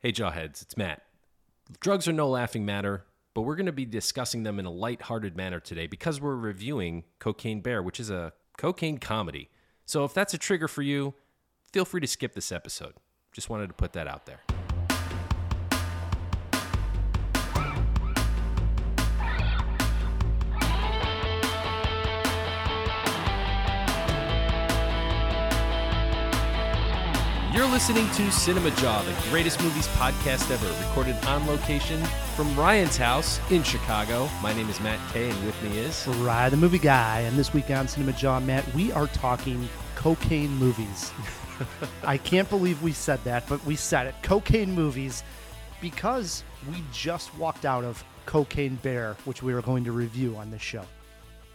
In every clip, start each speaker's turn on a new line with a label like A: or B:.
A: Hey, Jawheads, it's Matt. Drugs are no laughing matter, but we're going to be discussing them in a light-hearted manner today because we're reviewing Cocaine Bear, which is a cocaine comedy. So if that's a trigger for you, feel free to skip this episode. Just wanted to put that out there. You're listening to Cinema Jaw, the greatest movies podcast ever, recorded on location from Ryan's house in Chicago. My name is Matt Kay, and with me is.
B: Rye, the movie guy, and this week on Cinema Jaw, Matt, we are talking cocaine movies. I can't believe we said that, but we said it. Cocaine movies, because we just walked out of Cocaine Bear, which we are going to review on this show.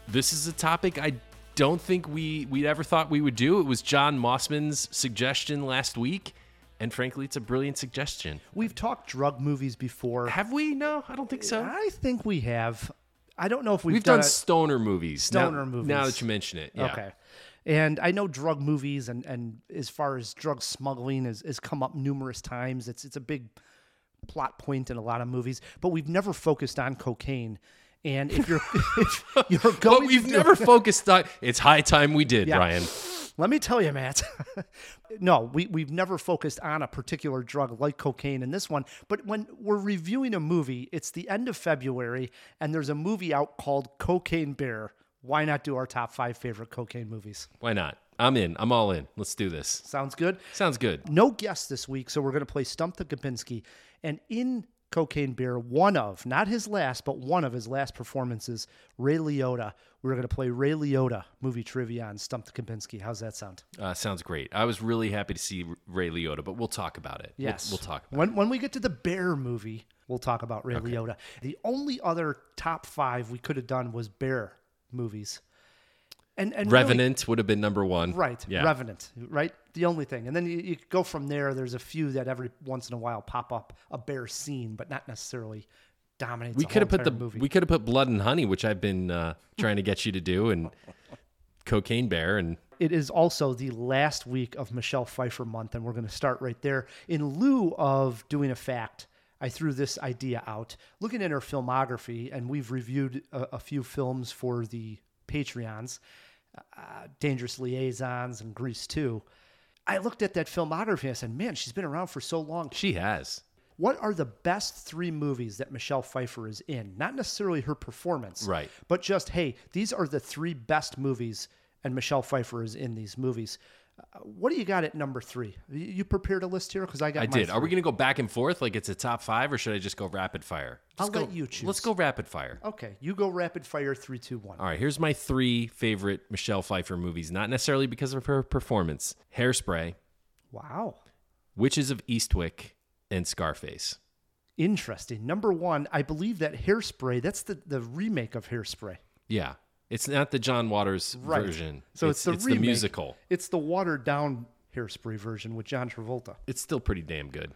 A: This is a topic I don't think we we ever thought we would do. It was John Mossman's suggestion last week, and frankly, it's a brilliant suggestion.
B: We've talked drug movies before.
A: Have we? No, I don't think so.
B: I think we have. I don't know if we've,
A: We've done
B: a-
A: stoner movies.
B: Stoner
A: now,
B: movies.
A: Now that you mention it, yeah.
B: Okay. And I know drug movies and, and as far as drug smuggling has, has come up numerous times. It's it's a big plot point in a lot of movies, but we've never focused on cocaine. And if you're if you're going
A: But we've
B: through-
A: never focused on. It's high time we did,
B: Yeah.
A: Ryan.
B: let me tell you, Matt. no, we, we've never focused on a particular drug like cocaine in this one. But when we're reviewing a movie, it's the end of February, and there's a movie out called Cocaine Bear. Why not do our top five favorite cocaine movies?
A: Why not? I'm in. I'm all in. Let's do this.
B: Sounds good?
A: Sounds good.
B: No guests this week, so we're going to play Stump the Kapinski. And in Cocaine Bear, one of, not his last, but one of his last performances, Ray Liotta. We're going to play Ray Liotta movie trivia on Stump the Kapinski. How's that sound?
A: Uh, sounds great. I was really happy to see Ray Liotta, but we'll talk about it. We'll-
B: Yes.
A: We'll, talk about
B: When, when we get to the Bear movie, we'll talk about Ray Liotta. The only other top five we could have done was Bear movies. And, and
A: it.
B: really-
A: Revenant would have been number one.
B: Right.
A: Yeah.
B: Revenant. Right. The only thing. And then you, you go from there. There's a few that every once in a while pop up a bear scene, but not necessarily dominates.
A: we
B: the
A: could have
B: whole
A: put the
B: entire movie.
A: we could have put blood and honey which i've been uh, trying to get you to do and cocaine bear and
B: It is also the last week of Michelle Pfeiffer month, and we're going to start right there. In lieu of doing a fact, I threw this idea out. Looking at her filmography, and we've reviewed a, a few films for the Patreons, uh, Dangerous Liaisons and Grease too. I looked at that filmography and I said, man, she's been around for so long.
A: she has
B: what are the best three movies that Michelle Pfeiffer is in? Not necessarily her performance,
A: Right.
B: But just hey, these are the three best movies, and Michelle Pfeiffer is in these movies. Uh, what do you got at number three? You you prepared a list here because I got.
A: i
B: my
A: did are we
B: three.
A: gonna go back and forth like it's a top five or should i just go rapid fire
B: I'll
A: Let's go-
B: let you choose.
A: let's go rapid fire
B: Okay, you go rapid fire three, two, one.
A: all right here's my three favorite michelle pfeiffer movies not necessarily because of her performance hairspray
B: Wow,
A: witches of eastwick and scarface
B: interesting. Number one, I believe that Hairspray. That's the the remake of Hairspray.
A: yeah it's not the john waters
B: Right.
A: version
B: So it's, the remake.
A: musical
B: It's the watered down Hairspray version with John Travolta.
A: it's still pretty damn good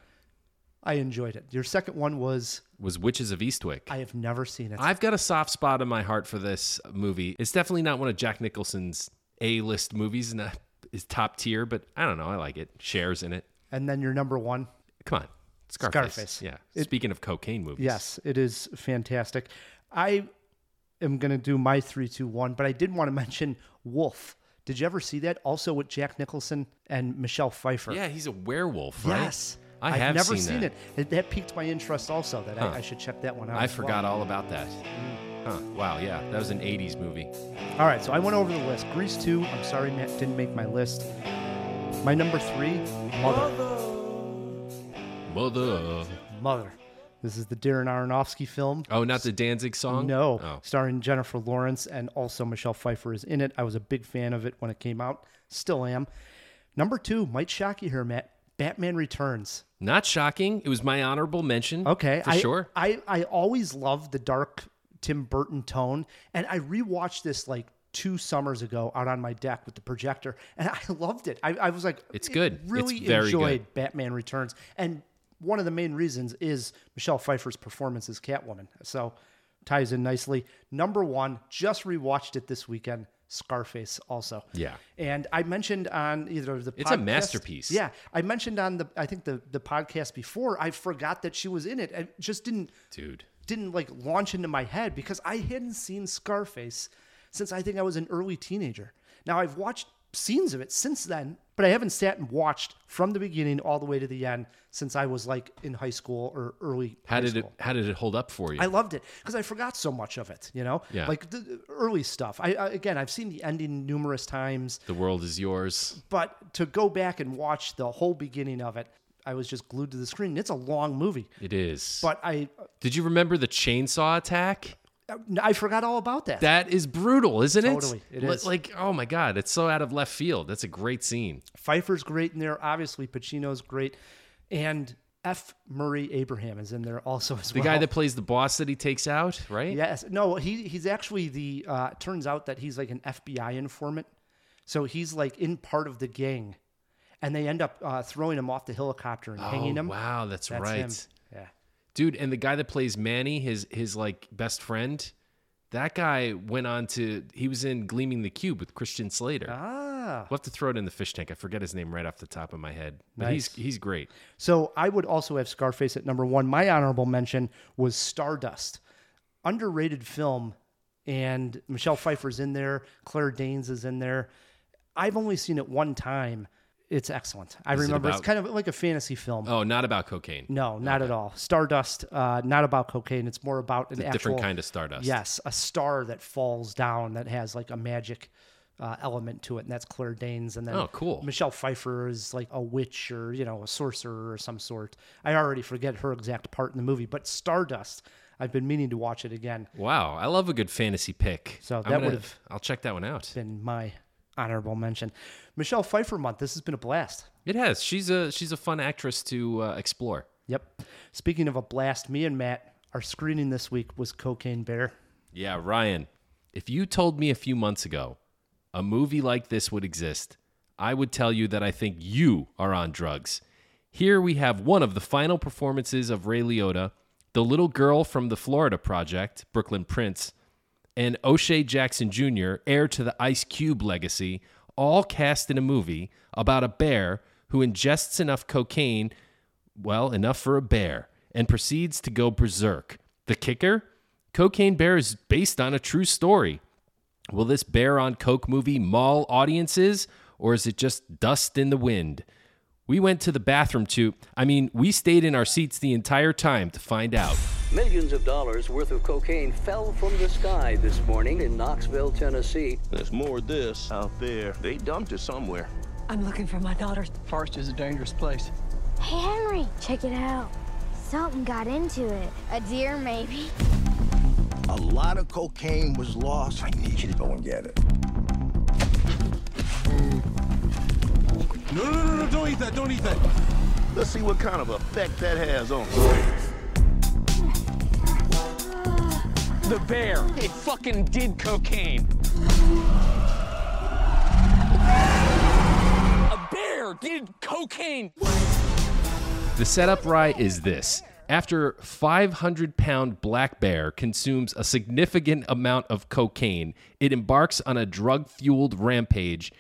B: I enjoyed it. Your second one was
A: was witches of eastwick
B: I have never seen it.
A: I've got a soft spot in my heart for this movie. It's definitely not one of Jack Nicholson's A-list movies, and that is top tier. But I don't know, I like it. Shares in it.
B: and then your number one.
A: Come on, Scarface.
B: Scarface.
A: Yeah. Speaking of cocaine movies,
B: Yes, it is fantastic. I am going to do my three, two, one, but I did want to mention Wolf. Did you ever see that? Also with Jack Nicholson and Michelle Pfeiffer.
A: yeah, he's a werewolf, right?
B: Yes.
A: I
B: I've
A: have
B: never
A: seen
B: seen
A: that.
B: it. That- That piqued my interest also that I, I should check that one out.
A: I
B: as well.
A: forgot all about that.
B: Mm.
A: Huh. Wow. Yeah, that was an '80s movie.
B: All right, so I went over the list. Grease 2, I'm sorry, Matt, didn't make my list. My number three, Mother.
A: Mother.
B: Mother. This is the Darren Aronofsky film.
A: Oh, not the Danzig song.
B: No,
A: Oh.
B: starring Jennifer Lawrence and also Michelle Pfeiffer is in it. I was a big fan of it when it came out. Still am. Number two might shock you here, Matt. Batman Returns.
A: Not shocking. It was my honorable mention.
B: Okay,
A: Mm-hmm. For
B: I,
A: sure.
B: I I always loved the dark Tim Burton tone, and I rewatched this like two summers ago out on my deck with the projector, and I loved it. I, I was like,
A: It's good. It's
B: Really
A: very
B: enjoyed Batman Returns, and one of the main reasons is Michelle Pfeiffer's performance as Catwoman. So ties in nicely. Number one, just rewatched it this weekend. Scarface also.
A: Yeah.
B: And I mentioned on either the
A: It's a
B: podcast-
A: masterpiece.
B: Yeah, I mentioned on the I think the the podcast before I forgot that she was in it. I just didn't
A: Dude.
B: didn't like launch into my head because I hadn't seen Scarface since I think I was an early teenager. Now I've watched scenes of it since then, but I haven't sat and watched from the beginning all the way to the end since I was like in high school or early.
A: How
B: high
A: did it
B: school.
A: how did it hold up for you?
B: I loved it because I forgot so much of it, you know,
A: Yeah.
B: like the- the early stuff. I, I again, I've seen the ending numerous times,
A: the world is yours.
B: but to go back and watch the whole beginning of it, I was just glued to the screen. It's a long movie,
A: It is.
B: but I
A: did you remember the chainsaw attack?
B: I forgot all about that.
A: That is brutal, isn't it?
B: Totally, it
A: Li-
B: is.
A: Like, oh my god, it's so out of left field. That's a great scene.
B: Pfeiffer's great in there. Obviously, Pacino's great, and F. Murray Abraham is in there also as
A: The
B: well.
A: guy that plays the boss that he takes out, right?
B: yes, no, he he's actually the. Uh, turns out that he's like an FBI informant, so he's like in part of the gang, and they end up uh, throwing him off the helicopter and hanging
A: Oh,
B: him.
A: wow, that's,
B: That's
A: right.
B: him. Yeah.
A: Dude, and the guy that plays Manny, his his like best friend, that guy went on to he was in Gleaming the Cube with Christian Slater.
B: Ah.
A: We'll have to throw it in the fish tank. I forget his name right off the top of my head. But he's he's great.
B: So I would also have Scarface at number one. My honorable mention was Stardust, underrated film, and Michelle Pfeiffer's in there. Claire Danes is in there. I've only seen it one time. It's excellent. I
A: it
B: remember
A: about-
B: it's kind of like a fantasy film.
A: Oh, not about cocaine.
B: no, not at all. Stardust, uh, not about cocaine. It's more about an actual
A: Different kind of stardust.
B: Yes, a star that falls down that has like a magic uh, element to it, and that's Claire Danes. And then
A: Oh, cool.
B: Michelle Pfeiffer is like a witch or you know a sorcerer or some sort. I already forget her exact part in the movie, but Stardust. I've been meaning to watch it again.
A: Wow, I love a good fantasy pick.
B: So
A: I'm
B: that
A: gonna-
B: would've-
A: I'll check that one out.
B: Been my honorable mention. Michelle Pfeiffer month. This has been a blast.
A: It has. She's a she's a fun actress to uh, explore.
B: Yep. Speaking of a blast, me and Matt, our screening this week was Cocaine Bear.
A: Yeah, Ryan, if you told me a few months ago a movie like this would exist, I would tell you that I think you are on drugs. Here we have one of the final performances of Ray Liotta, the little girl from the Florida Project, Brooklyn Prince, and O'Shea Jackson Jr., heir to the Ice Cube legacy, all cast in a movie about a bear who ingests enough cocaine, well, enough for a bear, and proceeds to go berserk. The kicker? Cocaine Bear is based on a true story. Will this Bear on Coke movie maul audiences, or is it just dust in the wind? We went to the bathroom to, I mean, we stayed in our seats the entire time to find out.
C: Millions of dollars worth of cocaine fell from the sky this morning in Knoxville, Tennessee.
D: There's more of this out there. They dumped it somewhere.
E: I'm looking for my daughter.
F: Forest is a dangerous place.
G: Hey, Henry, check it out. Something got into it. A deer, maybe.
H: A lot of cocaine was lost. I need you to go and get it.
I: No, no, no, no, don't eat that, don't eat that.
D: Let's see what kind of effect that has on us.
F: The bear. It fucking did cocaine. A bear did cocaine.
A: The setup rye is this. After 500 pound black bear consumes a significant amount of cocaine, it embarks on a drug fueled rampage,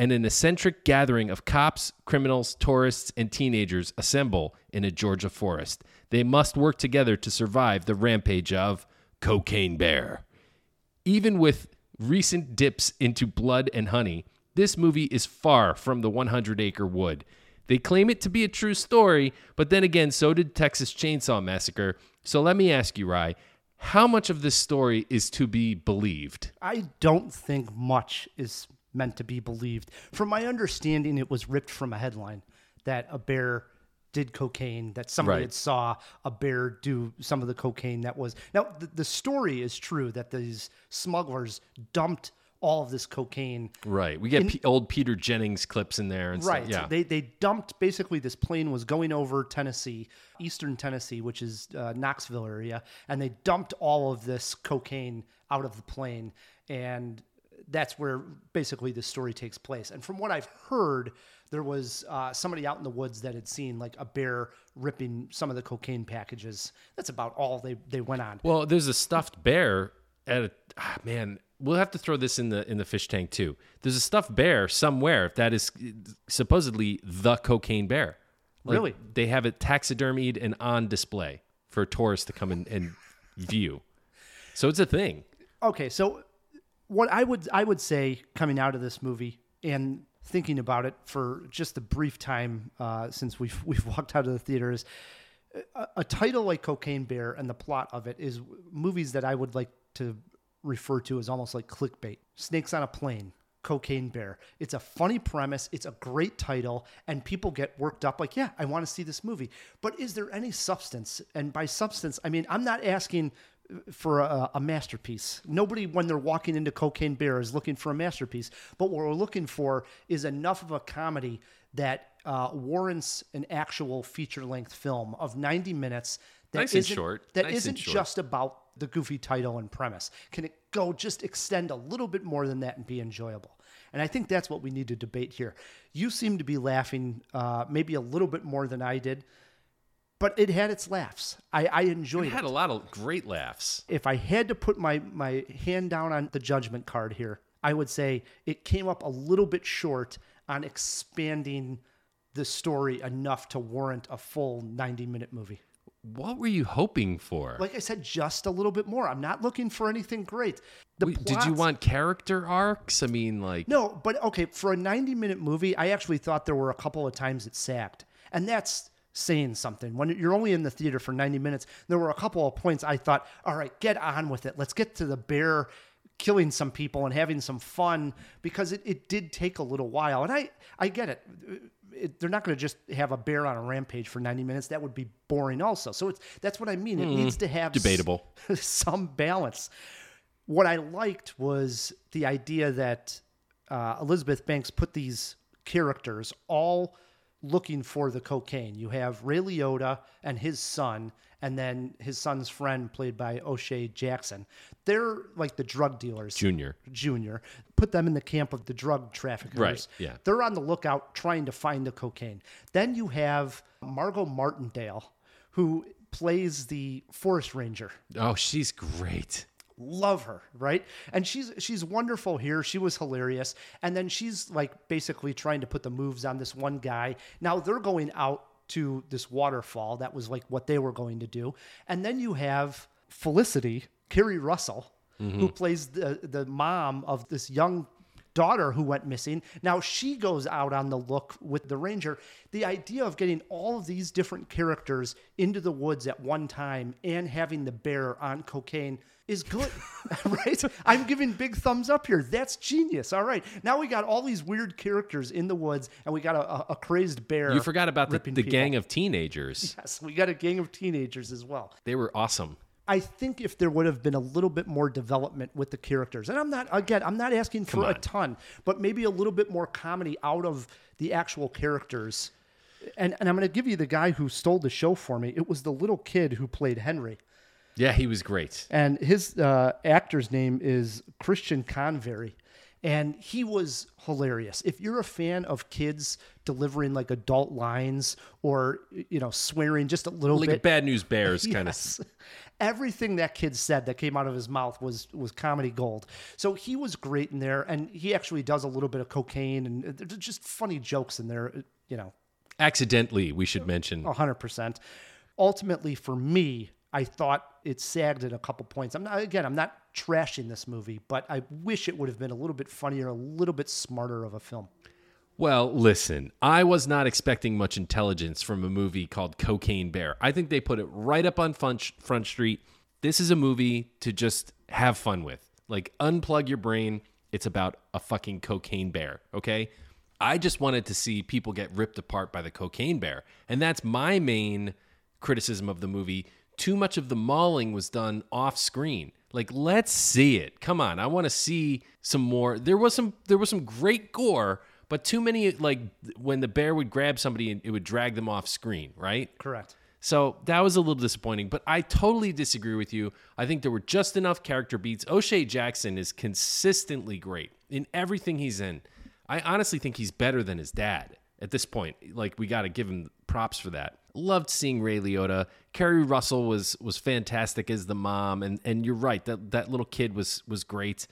A: and an eccentric gathering of cops, criminals, tourists, and teenagers assemble in a Georgia forest. They must work together to survive the rampage of Cocaine Bear. Even with recent dips into blood and honey, this movie is far from the 100 acre wood. They claim it to be a true story, but then again, so did Texas Chainsaw Massacre. So let me ask you, Rye, how much of this story is to be believed?
B: I don't think much is meant to be believed. From my understanding, it was ripped from a headline that a bear did cocaine, that somebody
A: Right.
B: had saw a bear do some of the cocaine that was. Now, the, the story is true that these smugglers dumped all of this cocaine.
A: Right. We get P- old Peter Jennings clips in there. And
B: Right.
A: Stuff. Yeah.
B: They, they dumped basically this plane was going over Tennessee, eastern Tennessee, which is uh, Knoxville area, and they dumped all of this cocaine out of the plane. And that's where basically the story takes place. And from what I've heard, there was uh, somebody out in the woods that had seen like a bear ripping some of the cocaine packages. That's about all they, they went on.
A: well, there's a stuffed bear at a, ah, man, we'll have to throw this in the in the fish tank too. There's a stuffed bear somewhere. If that is supposedly the cocaine bear, Like,
B: Really?
A: they have it taxidermied and on display for tourists to come and, and view. So it's a thing.
B: okay so what i would i would say coming out of this movie and thinking about it for just the brief time uh, since we've we've walked out of the theater is a, a title like cocaine bear and the plot of it is movies that i would like to refer to as almost like clickbait snakes on a plane cocaine bear it's a funny premise it's a great title and people get worked up like yeah i want to see this movie but is there any substance and by substance i mean i'm not asking for a, a masterpiece. Nobody, when they're walking into Cocaine Bear, is looking for a masterpiece. But what we're looking for is enough of a comedy that uh, warrants an actual feature length film of 90 minutes that
A: Nice and
B: not
A: short.
B: that
A: Nice and
B: isn't
A: short.
B: just about the goofy title and premise. Can it go just extend a little bit more than that and be enjoyable? And I think that's what we need to debate here. You seem to be laughing uh, maybe a little bit more than I did, but it had its laughs. I, I enjoyed
A: We
B: it
A: had a lot of great laughs.
B: if I had to put my my hand down on the judgment card here, I would say it came up a little bit short on expanding the story enough to warrant a full 90 minute movie.
A: What were you hoping for?
B: Like I said, just a little bit more. I'm not looking for anything great. The
A: We- did you
B: plots-
A: want character arcs? I mean, like
B: No, but okay, for a 90 minute movie, I actually thought there were a couple of times it sagged. And that's saying something. When you're only in the theater for 90 minutes, there were a couple of points I thought, all right, get on with it. Let's get to the bear killing some people and having some fun because it, it did take a little while. And I, I get it. it they're not going to just have a bear on a rampage for 90 minutes. That would be boring also. So it's, that's what I mean. It needs to have s-
A: Hmm, debatable.
B: some balance what I liked was the idea that uh, Elizabeth Banks put these characters all looking for the cocaine. You have Ray Liotta and his son, and then his son's friend, played by O'Shea Jackson. They're like the drug dealers.
A: Junior.
B: Junior. Put them in the camp of the drug traffickers.
A: Right, yeah.
B: They're on the lookout trying to find the cocaine. Then you have Margot Martindale, who plays the forest ranger
A: Oh, she's great.
B: love her right and she's she's wonderful here she was hilarious and then she's like basically trying to put the moves on this one guy now they're going out to this waterfall that was like what they were going to do and then you have felicity carrie russell who plays the the mom of this young daughter who went missing now she goes out on the look with the ranger the idea of getting all of these different characters into the woods at one time and having the bear on cocaine is good right i'm giving big thumbs up here that's genius all right now we got all these weird characters in the woods and we got a, a, a crazed bear
A: You forgot about the,
B: ripping
A: the
B: people.
A: gang of teenagers.
B: yes we got a gang of teenagers as well
A: They were awesome.
B: I think if there would have been a little bit more development with the characters, and I'm not again, I'm not asking for a ton, but maybe a little bit more comedy out of the actual characters. And and I'm going to give you the guy who stole the show for me. It was the little kid who played Henry,
A: Yeah, he was great.
B: and his uh, actor's name is Christian Convery. And he was hilarious. If you're a fan of kids delivering like adult lines or you know swearing just a little
A: Like
B: bit,
A: a bad news bears kind of.
B: Yes. Everything that kid said that came out of his mouth was was comedy gold. So he was great in there, and he actually does a little bit of cocaine and uh, there's just funny jokes in there. uh, You know,
A: Accidentally, we should mention.
B: hundred percent. Ultimately, for me, I thought it sagged at a couple points. I'm not again. I'm not trashing this movie, but I wish it would have been a little bit funnier, a little bit smarter of a film.
A: Well, listen, I was not expecting much intelligence from a movie called Cocaine Bear. I think they put it right up on Fun- Front Street. This is a movie to just have fun with. Like, unplug your brain. It's about a fucking cocaine bear, okay? I just wanted to see people get ripped apart by the cocaine bear. And that's my main criticism of the movie. Too much of the mauling was done off screen. Like, let's see it. Come on, I want to see some more. There was some, there was some great gore, but too many like when the bear would grab somebody and it would drag them off screen, right?
B: Correct.
A: So that was a little disappointing, but I totally disagree with you. I think there were just enough character beats. O'Shea Jackson is consistently great in everything he's in. I honestly think he's better than his dad at this point. Like we got to give him props for that. Loved seeing Ray Liotta. Carrie Russell was was fantastic as the mom, and and you're right that that little kid was was great.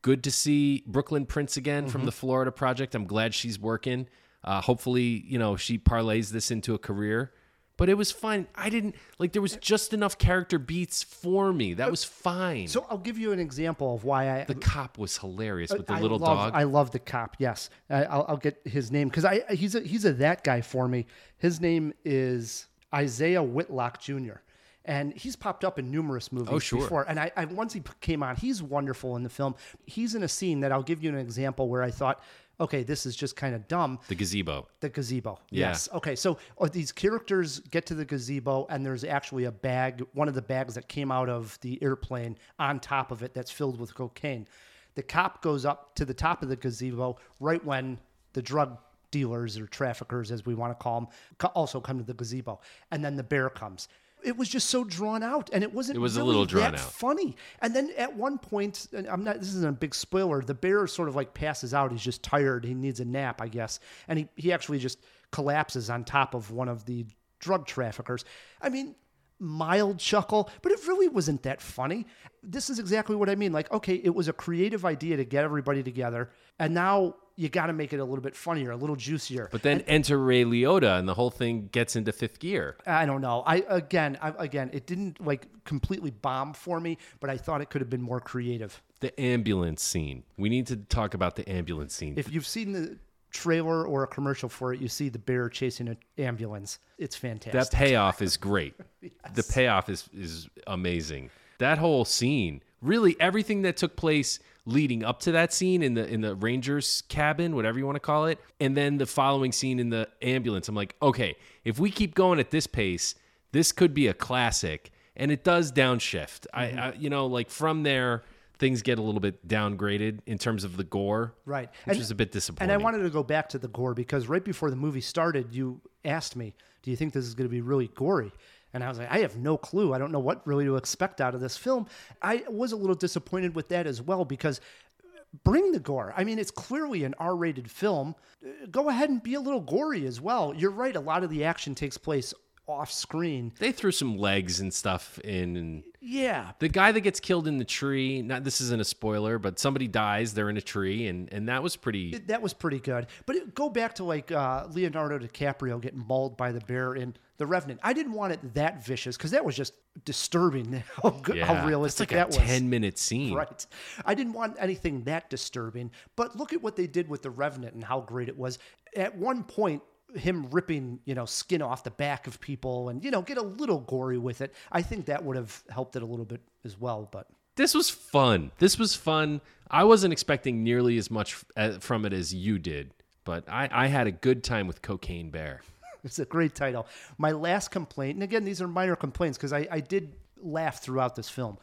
A: Good to see Brooklyn Prince again
B: Mm-hmm.
A: from the Florida Project. I'm glad she's working. Uh, hopefully, you know, she parlays this into a career. But it was fine. I didn't like there was just enough character beats for me. That was fine.
B: Uh, So I'll give you an example of why I
A: the cop was hilarious with the
B: I
A: little
B: love,
A: dog.
B: I love the cop. Yes, I, I'll, I'll get his name because I he's a he's a that guy for me. His name is Isaiah Whitlock Jr. And he's popped up in numerous movies
A: Oh, sure.
B: before. And I, I once he p- came on, he's wonderful in the film. He's in a scene that I'll give you an example where I thought, okay, this is just kind of dumb.
A: the gazebo.
B: The gazebo.
A: Yeah.
B: Yes. Okay. So uh, these characters get to the gazebo, and there's actually a bag, one of the bags that came out of the airplane on top of it that's filled with cocaine. The cop goes up to the top of the gazebo right when the drug dealers or traffickers, as we want to call them, co- also come to the gazebo. And then the bear comes. It was just so drawn out, and it wasn't.
A: It was a
B: really
A: little drawn
B: that
A: out.
B: funny. And then at one point, and I'm not. This isn't a big spoiler. The bear sort of like passes out. He's just tired. He needs a nap, I guess. And he he actually just collapses on top of one of the drug traffickers. I mean, mild chuckle, but it really wasn't that funny. This is exactly what I mean. Like, okay, it was a creative idea to get everybody together, and now you got to make it a little bit funnier, a little juicier.
A: But then enter Ray Liotta, and the whole thing gets into fifth gear.
B: I don't know. I again, I, again, it didn't like completely bomb for me, but I thought it could have been more creative.
A: The ambulance scene. We need to talk about the ambulance scene.
B: If you've seen the trailer or a commercial for it, you see the bear chasing an ambulance. It's
A: that
B: fantastic.
A: payoff is great. The payoff is is amazing. That whole scene, really everything that took place leading up to that scene in the in the Rangers cabin, whatever you want to call it, and then the following scene in the ambulance. I'm like, okay, if we keep going at this pace, this could be a classic. And it does downshift.
B: Mm-hmm.
A: I, I you know, like from there things get a little bit downgraded in terms of the gore.
B: Right.
A: Which
B: And-
A: is a bit disappointing.
B: and I wanted to go back to the gore because right before the movie started, you asked me, "Do you think this is going to be really gory?" And I was like, "I have no clue. I don't know what really to expect out of this film." I was a little disappointed with that as well because uh, bring the gore. I mean, it's clearly an R-rated film. Uh, Go ahead and be a little gory as well. You're right. A lot of the action takes place off screen.
A: they threw some legs and stuff in and
B: Yeah,
A: The guy that gets killed in the tree, not this isn't a spoiler, but somebody dies, they're in a tree and and that was pretty
B: It- that was pretty good. But it, go back to like uh, Leonardo DiCaprio getting mauled by the bear in The Revenant. I didn't want it that vicious because that was just disturbing. How, good,
A: yeah,
B: how realistic
A: that's
B: that
A: like a
B: was.
A: 10 minute scene.
B: Right. I didn't want anything that disturbing. But look at what they did with The Revenant and how great it was. At one point, him ripping, you know, skin off the back of people and, you know, get a little gory with it. I think that would have helped it a little bit as well. But
A: This was fun. This was fun. I wasn't expecting nearly as much f- uh, from it as you did, but I I had a good time with Cocaine Bear.
B: It's a great title. My last complaint, and again, these are minor complaints because I, I did laugh throughout this film.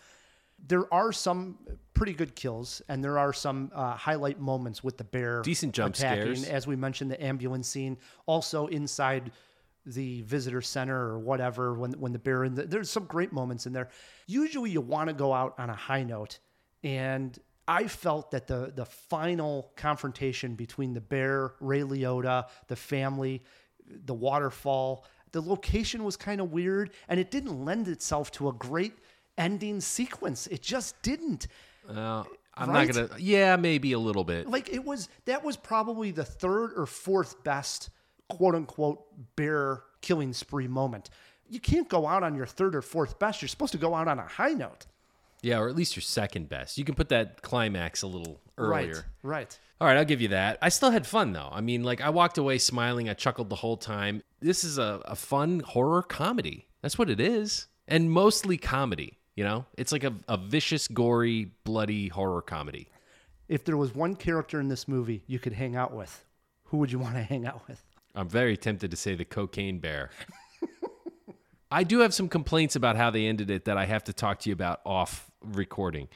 B: There are some pretty good kills, and there are some uh, highlight moments with the bear.
A: Decent jump
B: attacking,
A: scares.
B: As we mentioned, the ambulance scene. Also, inside the visitor center or whatever, when, when the bear, in the, there's some great moments in there. Usually, you want to go out on a high note, and I felt that the the final confrontation between the bear, Ray Liotta, the family, the waterfall, the location was kind of weird, and it didn't lend itself to a great ending sequence. It just didn't.
A: I'm
B: Right?
A: not going to Yeah, maybe a little bit.
B: Like it was that was probably the third or fourth best quote unquote bear killing spree moment. You can't go out on your third or fourth best. You're supposed to go out on a high note.
A: Yeah, or at least your second best. You can put that climax a little earlier.
B: Right. Right.
A: All right, I'll give you that. I still had fun though. I mean, like I walked away smiling. I chuckled the whole time. This is a, a fun horror comedy. That's what it is. And mostly comedy, you know? It's like a, a vicious, gory, bloody horror comedy.
B: If there was one character in this movie you could hang out with, who would you want to hang out with?
A: I'm very tempted to say the cocaine bear. I do have some complaints about how they ended it that I have to talk to you about off recording.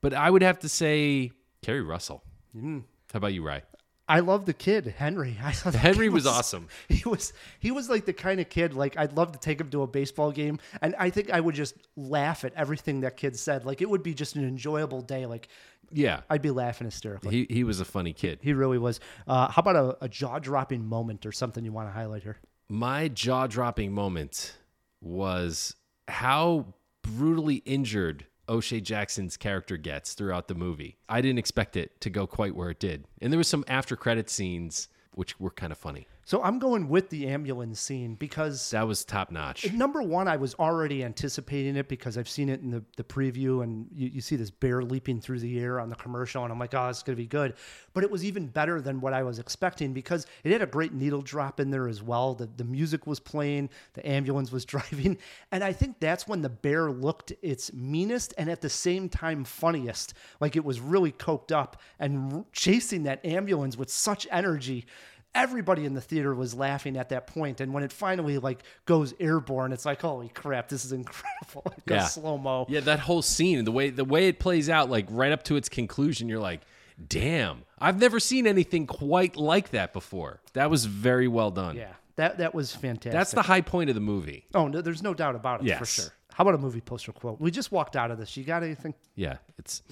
A: But I would have to say Carrie Russell. How about you, Rye?
B: I love the kid, Henry. I thought the
A: Henry
B: kid
A: was awesome.
B: He was he was like the kind of kid like I'd love to take him to a baseball game and I think I would just laugh at everything that kid said. Like it would be just an enjoyable day. Like
A: Yeah.
B: I'd be laughing hysterically. He,
A: He he was a funny kid.
B: really was. Uh, how about a, a jaw dropping moment or something you want to highlight here?
A: my jaw dropping moment was how brutally injured O'Shea Jackson's character gets throughout the movie. I didn't expect it to go quite where it did. And there was some after credit scenes which were kind of funny.
B: So I'm going with the ambulance scene because
A: That was top notch.
B: Number one, I was already anticipating it because I've seen it in the, the preview, and you, you see this bear leaping through the air on the commercial, and I'm like, oh, it's going to be good. But it was even better than what I was expecting because it had a great needle drop in there as well. The, the music was playing, the ambulance was driving. And I think that's when the bear looked its meanest and at the same time funniest. Like it was really coked up and r- chasing that ambulance with such energy everybody in the theater was laughing at that point and when it finally like goes airborne it's like holy crap this is incredible it goes slow mo
A: Yeah, that whole scene, the way the way it plays out, like right up to its conclusion, you're like, damn, I've never seen anything quite like that before. That was very well done.
B: yeah that that was fantastic
A: That's the high point of the movie.
B: oh no, there's no doubt about it for
A: Yes.
B: sure how about a movie poster quote we just walked out of this you got anything
A: Yeah, it's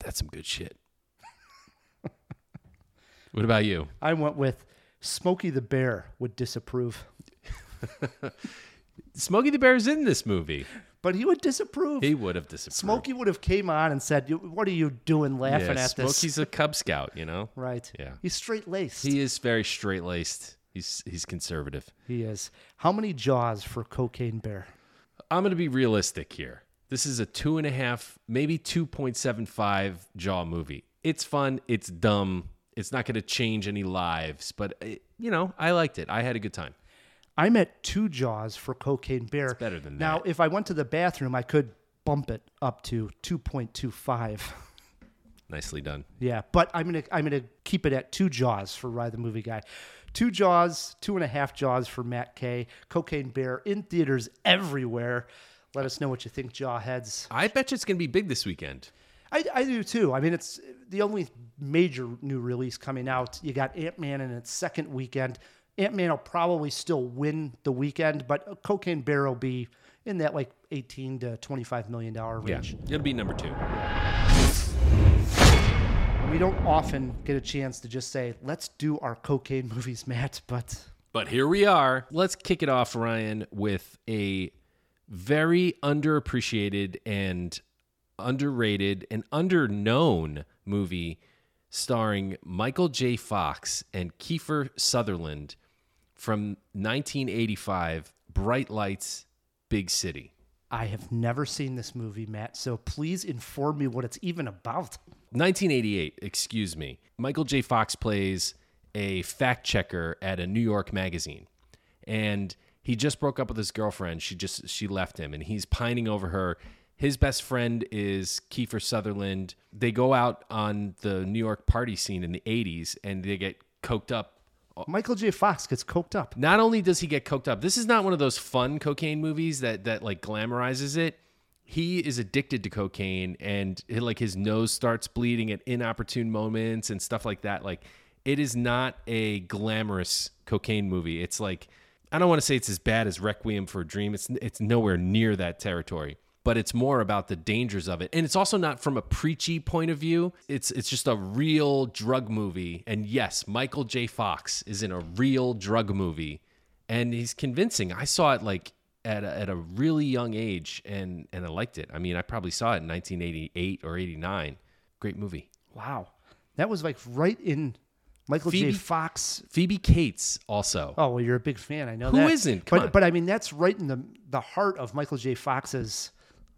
A: that's some good shit. what about you?
B: i went with smokey the bear would disapprove
A: Smokey the Bear's in this movie.
B: but he would disapprove
A: He would have disapproved.
B: smokey would have came on and said "You- what are you doing
A: yeah,
B: laughing at this
A: Smokey's a Cub Scout, you know.
B: right
A: Yeah.
B: he's straight laced
A: He is very straight laced. He's he's conservative.
B: he is how many jaws for cocaine bear
A: I'm going to be realistic here. This is a two and a half, maybe 2.75 jaw movie. It's fun. It's dumb. It's not going to change any lives, but it, you know, I liked it. I had a good time.
B: I'm at two jaws for cocaine bear. It's
A: better than
B: Now,
A: that.
B: if I went to the bathroom, I could bump it up to 2.25.
A: Nicely done.
B: yeah, but I'm gonna I'm gonna keep it at two jaws for Rye the Movie Guy. Two jaws, two and a half jaws for Matt K. Cocaine Bear in theaters everywhere. Let us know what you think, jaw heads.
A: I bet you it's going to be big this weekend.
B: I, I do too. I mean, it's the only major new release coming out. You got Ant Man in its second weekend. Ant Man will probably still win the weekend, but Cocaine Bear will be in that like 18 to 25 million dollar
A: Yeah.
B: range.
A: It'll be number two.
B: We don't often get a chance to just say, let's do our cocaine movies, Matt, but
A: But here we are. Let's kick it off, Ryan, with a very underappreciated and underrated and underknown movie starring Michael J. Fox and Kiefer Sutherland from 1985 Bright Lights, Big City.
B: I have never seen this movie, Matt, so please inform me what it's even about.
A: 1988, excuse me. Michael J. Fox plays a fact checker at a New York magazine. And he just broke up with his girlfriend. She just she left him and he's pining over her. His best friend is Kiefer Sutherland. They go out on the New York party scene in the 80s and they get coked up
B: Michael J. Fox gets coked up.
A: not only does he get coked up, this is not one of those fun cocaine movies that that like glamorizes it. He is addicted to cocaine, and it, like his nose starts bleeding at inopportune moments and stuff like that. Like, it is not a glamorous cocaine movie. It's like I don't want to say it's as bad as Requiem for a Dream. It's it's nowhere near that territory, but it's more about the dangers of it. And it's also not from a preachy point of view. It's it's just a real drug movie. And yes, Michael J. Fox is in a real drug movie, and he's convincing. I saw it like at a, at a really young age, and and I liked it. I mean, I probably saw it in 1988 or 89. Great movie.
B: Wow. That was like right in Michael J.
A: Phoebe-
B: Fox
A: Phoebe Cates also.
B: Oh well, you're a big fan. I know
A: Who
B: that.
A: isn't? Come
B: But
A: on.
B: but I mean, that's right in the the heart of Michael J. Fox's,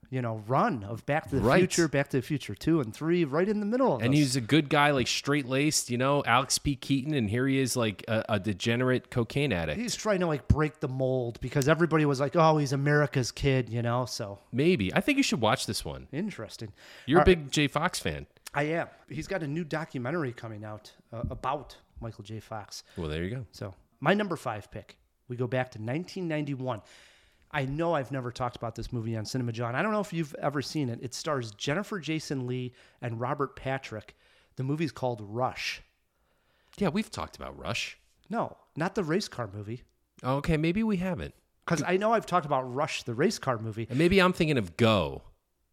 B: you know, run of Back to the
A: Right.
B: Future, Back to the Future Two and Three, right in the middle of
A: and
B: those.
A: he's a good guy, like straight laced, you know, Alex P. Keaton, and here he is, like a, a degenerate cocaine addict.
B: He's trying to like break the mold because everybody was like, "Oh, he's America's kid," you know. So
A: Maybe I think you should watch this one.
B: interesting.
A: You're
B: All
A: a big Jay Fox fan.
B: I am. He's got a new documentary coming out uh, about Michael J. Fox.
A: Well, there you go.
B: So my number five pick, we go back to 1991. I know I've never talked about this movie on Cinema John. I don't know if you've ever seen it. It stars Jennifer Jason Lee and Robert Patrick. The movie's called Rush.
A: Yeah, we've talked about Rush.
B: No, not the race car movie.
A: Oh, okay, maybe we haven't,
B: Because I know I've talked about Rush, the race car movie,
A: and maybe I'm thinking of Go.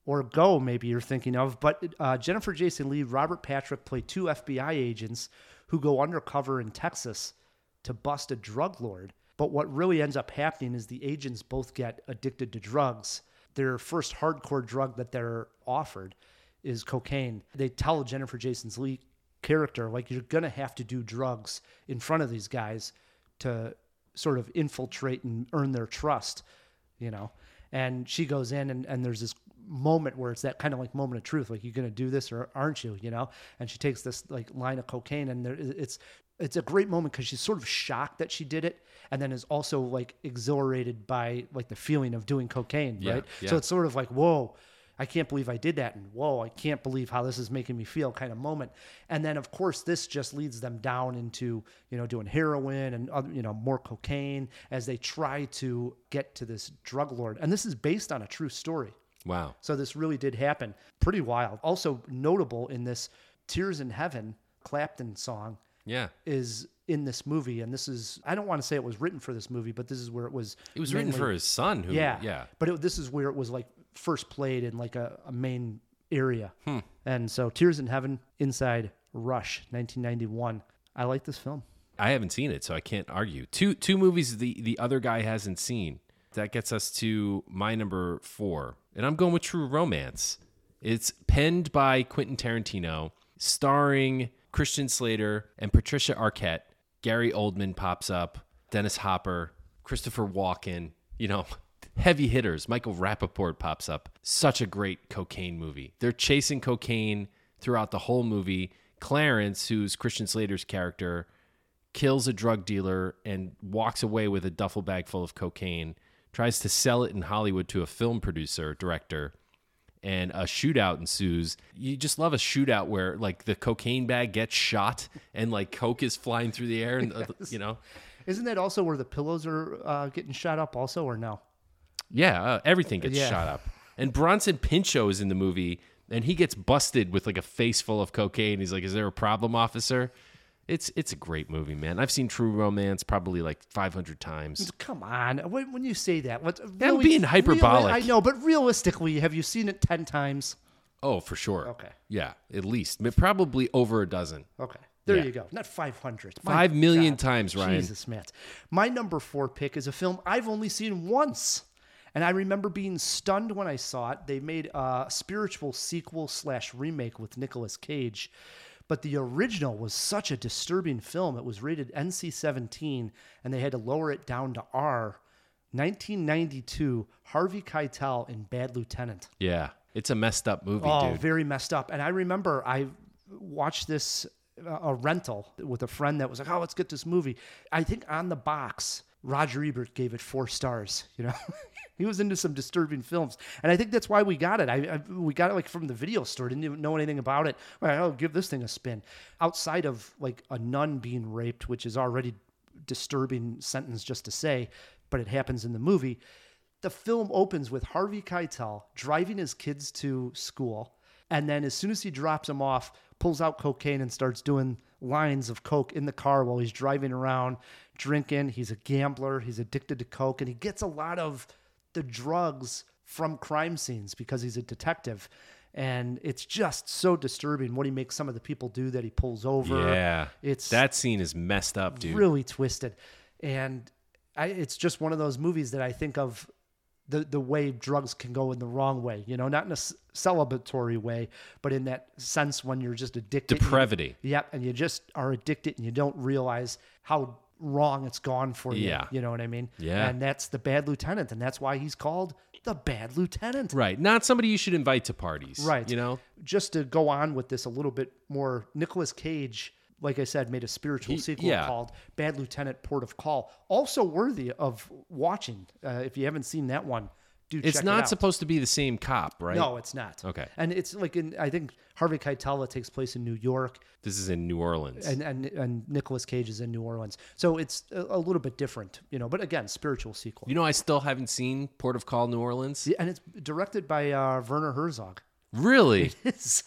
B: or Go, maybe you're thinking of. But uh, Jennifer Jason Lee, Robert Patrick play two FBI agents who go undercover in Texas to bust a drug lord. But what really ends up happening is the agents both get addicted to drugs. their first hardcore drug that they're offered is cocaine. They tell Jennifer Jason's Lee character, like, you're going to have to do drugs in front of these guys to sort of infiltrate and earn their trust, you know? And she goes in, and, and there's this moment where it's that kind of like moment of truth, like, you're going to do this or aren't you, you know? And she takes this like line of cocaine, and there, it's, it's a great moment because she's sort of shocked that she did it and then is also like exhilarated by like the feeling of doing cocaine right
A: yeah.
B: so it's sort of like whoa i can't believe i did that and whoa i can't believe how this is making me feel kind of moment and then of course this just leads them down into you know doing heroin and other, you know more cocaine as they try to get to this drug lord and this is based on a true story
A: Wow.
B: so this really did happen. Pretty wild. Also notable in this Tears in Heaven Clapton song
A: Yeah.
B: is in this movie and this is I don't want to say it was written for this movie but this is where it was
A: It was written
B: mainly-
A: for his son. Who,
B: yeah
A: Yeah.
B: but it, this is where it was like first played in like a, a main area
A: Hmm.
B: and so Tears in Heaven Inside Rush 1991 I like this film
A: I haven't seen it, so I can't argue. Two two movies the the other guy hasn't seen. That gets us to my number four, and I'm going with True Romance. It's penned by Quentin Tarantino, starring Christian Slater and Patricia Arquette. Gary Oldman pops up, Dennis Hopper, Christopher Walken. You know, heavy hitters. Michael Rappaport pops up. Such a great cocaine movie. They're chasing cocaine throughout the whole movie. Clarence, who's Christian Slater's character, kills a drug dealer and walks away with a duffel bag full of cocaine, tries to sell it in Hollywood to a film producer, director, and a shootout ensues. You just love a shootout where like the cocaine bag gets shot and like coke is flying through the air and uh, you know.
B: isn't that also where the pillows are uh, getting shot up also or no
A: Yeah, uh, everything gets
B: Yeah.
A: shot up. And Bronson Pinchot is in the movie and he gets busted with like a face full of cocaine. He's like, "Is there a problem, officer?" It's it's a great movie, man. I've seen True Romance probably like 500 times.
B: Come on, when, when you say that, what
A: That would be in hyperbolic.
B: I know, but realistically, have you seen it ten times?
A: Oh, for sure.
B: Okay. Oh
A: Yeah, at least but probably over a dozen.
B: Okay, there
A: Yeah.
B: you go. Not five hundred.
A: Five million times, Ryan.
B: Jesus, Matt. My number four pick is a film I've only seen once, and I remember being stunned when I saw it. They made a spiritual sequel slash remake with Nicolas Cage, but the original was such a disturbing film. It was rated NC-17, and they had to lower it down to R. 1992, Harvey Keitel in Bad Lieutenant.
A: Yeah. It's a messed up movie,
B: Oh,
A: dude.
B: very messed up. And I remember I watched this uh, a rental with a friend that was like, "Oh, let's get this movie." I think on the box, Roger Ebert gave it four stars. You know, he was into some disturbing films, and I think that's why we got it. I, I we got it like from the video store. Didn't even know anything about it. All right, I'll give this thing a spin. Outside of like a nun being raped, which is already disturbing sentence just to say, but it happens in the movie. The film opens with Harvey Keitel driving his kids to school, and then as soon as he drops them off, pulls out cocaine and starts doing lines of coke in the car while he's driving around, drinking. He's a gambler, he's addicted to coke, and he gets a lot of the drugs from crime scenes because he's a detective. And it's just so disturbing what he makes some of the people do that he pulls over.
A: yeah.
B: It's
A: that scene is messed up, dude.
B: really twisted and I, it's just one of those movies that i think of the, the way drugs can go in the wrong way you know not in a s- celebratory way but in that sense when you're just addicted
A: Depravity.
B: yep and you just are addicted and you don't realize how wrong it's gone for you
A: Yeah.
B: you know what i mean
A: Yeah.
B: and that's the bad lieutenant and that's why he's called the bad lieutenant
A: Right. Not somebody you should invite to parties.
B: Right.
A: You know?
B: just to go on with this a little bit more, Nicolas Cage, like I said, made a spiritual
A: He-
B: sequel
A: yeah.
B: called Bad Lieutenant Port of Call, also worthy of watching. Uh, if you haven't seen that one, do
A: It's
B: check it
A: not
B: out.
A: supposed to be the same cop, right?
B: No, it's not.
A: Okay.
B: and it's like in I think Harvey Keitel it takes place in New York,
A: This is in New Orleans.
B: and and and Nicolas Cage is in New Orleans, so it's a, a little bit different, you know. But again, spiritual sequel,
A: you know, I still haven't seen Port of Call, New Orleans.
B: and it's directed by uh, Werner Herzog.
A: Really?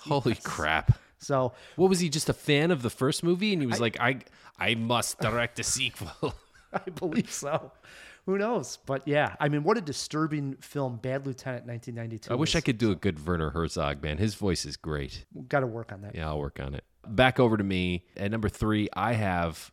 A: Holy crap.
B: So
A: What was he just a fan of the first movie and he was like, I I must direct a sequel.
B: I believe so. Who knows? But yeah, I mean, what a disturbing film, Bad Lieutenant, 1992.
A: I wish I could do a good Werner Herzog, man. His voice is great.
B: Got to work on that.
A: Yeah, I'll work on it. Back over to me. At number three, I have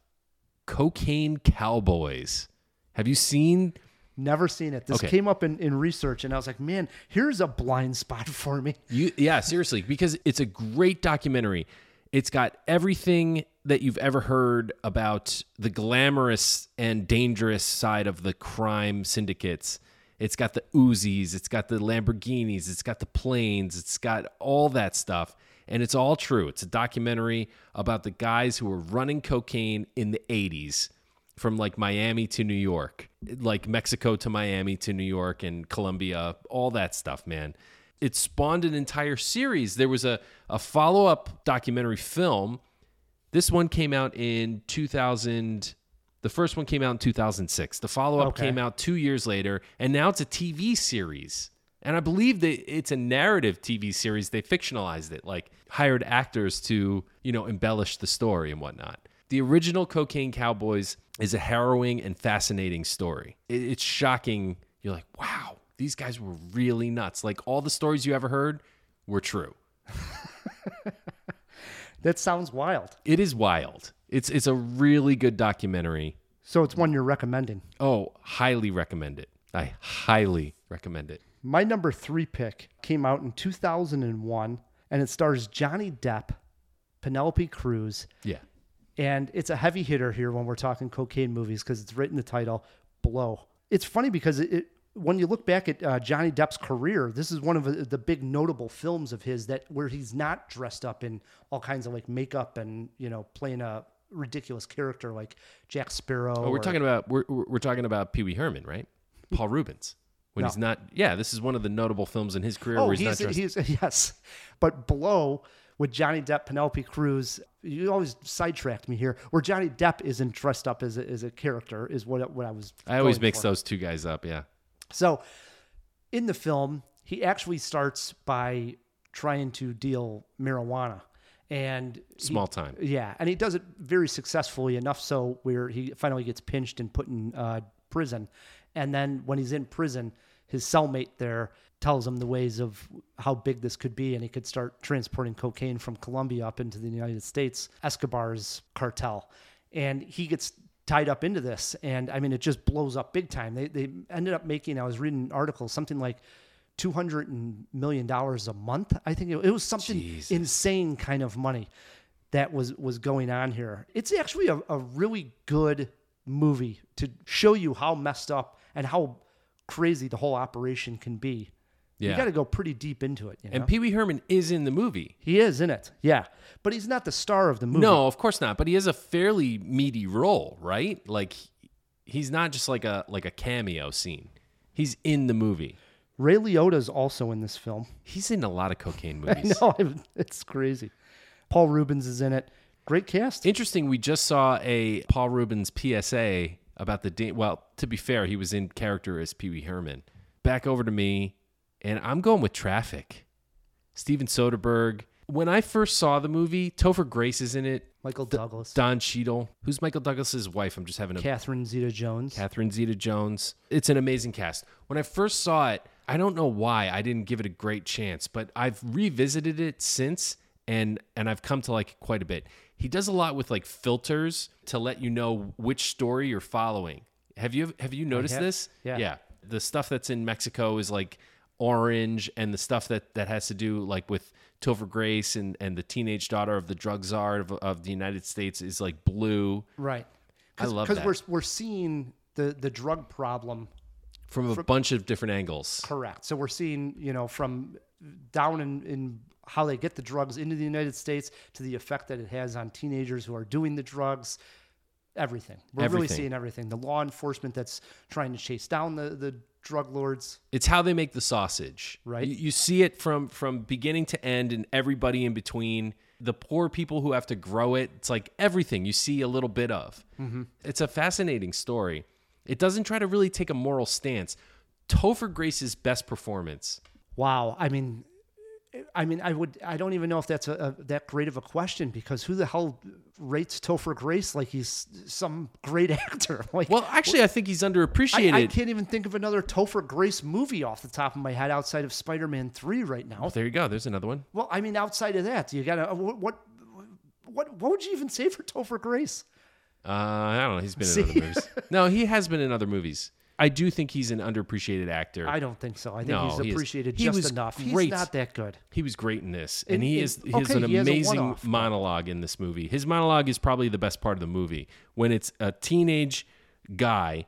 A: Cocaine Cowboys. Have you seen
B: Never seen it. This
A: Okay.
B: came up in, in research, and I was like, man, here's a blind spot for me.
A: You yeah, seriously, because it's a great documentary. It's got everything that you've ever heard about the glamorous and dangerous side of the crime syndicates. It's got the Uzis, it's got the Lamborghinis, it's got the planes, it's got all that stuff. And it's all true. It's a documentary about the guys who were running cocaine in the 80s from like Miami to New York, like Mexico to Miami to New York and Colombia, all that stuff, man. It spawned an entire series. There was a, a follow up documentary film. This one came out in 2000. The first one came out in 2006. The follow up
B: Okay.
A: came out two years later, and now it's a TV series. And I believe that it's a narrative TV series. They fictionalized it, like hired actors to, you know, embellish the story and whatnot. The original Cocaine Cowboys is a harrowing and fascinating story. It- It's shocking. You're like, wow, these guys were really nuts. Like all the stories you ever heard were true.
B: That sounds wild.
A: It is wild. It's it's a really good documentary.
B: So it's one you're recommending.
A: Oh, highly recommend it. I highly recommend it.
B: My number three pick came out in 2001, and it stars Johnny Depp, Penelope Cruz,
A: Yeah.
B: and it's a heavy hitter here when we're talking cocaine movies because it's right in the title, Blow. It's funny because it, it when you look back at uh, Johnny Depp's career, this is one of uh, the, the big notable films of his that where he's not dressed up in all kinds of like makeup and you know playing a ridiculous character like Jack Sparrow.
A: Oh, we're talking about we're we're we're talking about Pee Wee Herman, right? Paul Rubens. When he's not, yeah, this is one of the notable films in his career
B: Oh,
A: where he's, not
B: he's,
A: dressed.
B: he's, yes, but Blow with Johnny Depp, Penelope Cruz. You always sidetracked me here. Where Johnny Depp isn't dressed up as a, as a character is what what I was.
A: I always
B: going
A: mix
B: for.
A: those two guys up. Yeah,
B: So in the film, he actually starts by trying to deal marijuana and he-
A: Small time.
B: Yeah, and he does it very successfully enough so where he finally gets pinched and put in uh, prison. And then when he's in prison, his cellmate there tells him the ways of how big this could be, and he could start transporting cocaine from Colombia up into the United States, Escobar's cartel. And he gets tied up into this, and I mean, it just blows up big time. They they ended up making. I was reading an article, something like. Two hundred million dollars a month. I think it, it was something insane kind of money that was was going on here. It's actually a, a really good movie to show you how messed up and how crazy the whole operation can be. You
A: Yeah.
B: got to go pretty deep into it. You know?
A: and Pee Wee Herman is in the movie.
B: he is in it, yeah, but he's not the star of the movie.
A: No, of course not. But he has a fairly meaty role, right? Like he's not just like a like a cameo scene. He's in the movie.
B: Ray Liotta's also in this film.
A: He's in a lot of cocaine movies.
B: No, I'm- it's crazy. Paul Rubens is in it. Great cast.
A: Interesting. We just saw a Paul Rubens PSA about the da- well. To be fair, he was in character as Pee Wee Herman. Back over to me, and I'm going with Traffic. Steven Soderbergh. When I first saw the movie, Topher Grace is in it.
B: Michael Douglas,
A: Don Cheadle, who's Michael Douglas's wife. I'm just having a
B: Catherine Zeta-Jones.
A: Catherine Zeta Jones. It's an amazing cast. When I first saw it, I don't know why I didn't give it a great chance, but I've revisited it since and and I've come to like it quite a bit. He does a lot with like filters to let you know which story you're following. Have you have you noticed
B: have.
A: this?
B: Yeah.
A: Yeah. The stuff that's in Mexico is like orange and the stuff that that has to do like with Topher Grace and and the teenage daughter of the drug czar of, of the United States is like blue
B: right.
A: I love
B: because
A: that.
B: we're we're seeing the the drug problem
A: from a bunch of different angles.
B: Correct. So we're seeing, you know, from down in, in how they get the drugs into the United States to the effect that it has on teenagers who are doing the drugs, everything. We're really
A: Everything.
B: seeing everything. The law enforcement that's trying to chase down the, the drug lords.
A: it's how they make the sausage
B: Right.
A: you, you see it from from beginning to end and everybody in between the poor people who have to grow it it's like everything you see a little bit of
B: Mm-hmm.
A: it's a fascinating story it doesn't try to really take a moral stance topher grace's best performance
B: Wow. I mean, I mean, I would, I don't even know if that's a, a that great of a question because who the hell rates Topher Grace like he's some great actor? Like,
A: well actually i think he's underappreciated
B: I, I can't even think of another Topher Grace movie off the top of my head outside of Spider Man Three right now.
A: oh there you go there's another one
B: Well, I mean, outside of that, you gotta what what what, what would you even say for Topher Grace?
A: uh, i don't know he's been in
B: See?
A: other movies no he has been in other movies I do think he's an underappreciated actor.
B: I don't think so. I think
A: No, he
B: he's
A: is-
B: appreciated
A: he
B: just
A: was
B: enough.
A: great.
B: He's not that good.
A: He was great in this, and
B: In-
A: he
B: in-
A: is he has
B: okay,
A: an
B: he has a
A: amazing
B: one-off.
A: monologue in this movie. His monologue is probably the best part of the movie when it's a teenage guy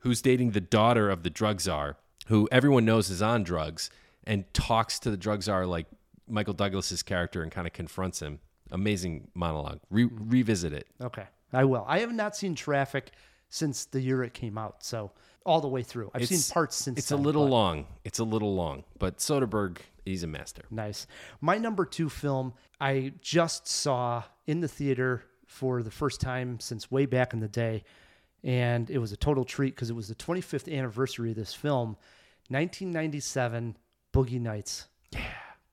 A: who's dating the daughter of the drug czar, who everyone knows is on drugs, and talks to the drug czar like Michael Douglas's character and kind of confronts him. Amazing monologue. Re- revisit it.
B: Okay, I will. I have not seen Traffic since the year it came out, so all the way through. I've seen parts since.
A: It's a
B: then,
A: little
B: but-
A: long. It's a little long, but Soderbergh, he's a master.
B: Nice. My number two film I just saw in the theater for the first time since way back in the day. And it was a total treat because it was the 25th anniversary of this film, 1997 Boogie Nights. Yeah.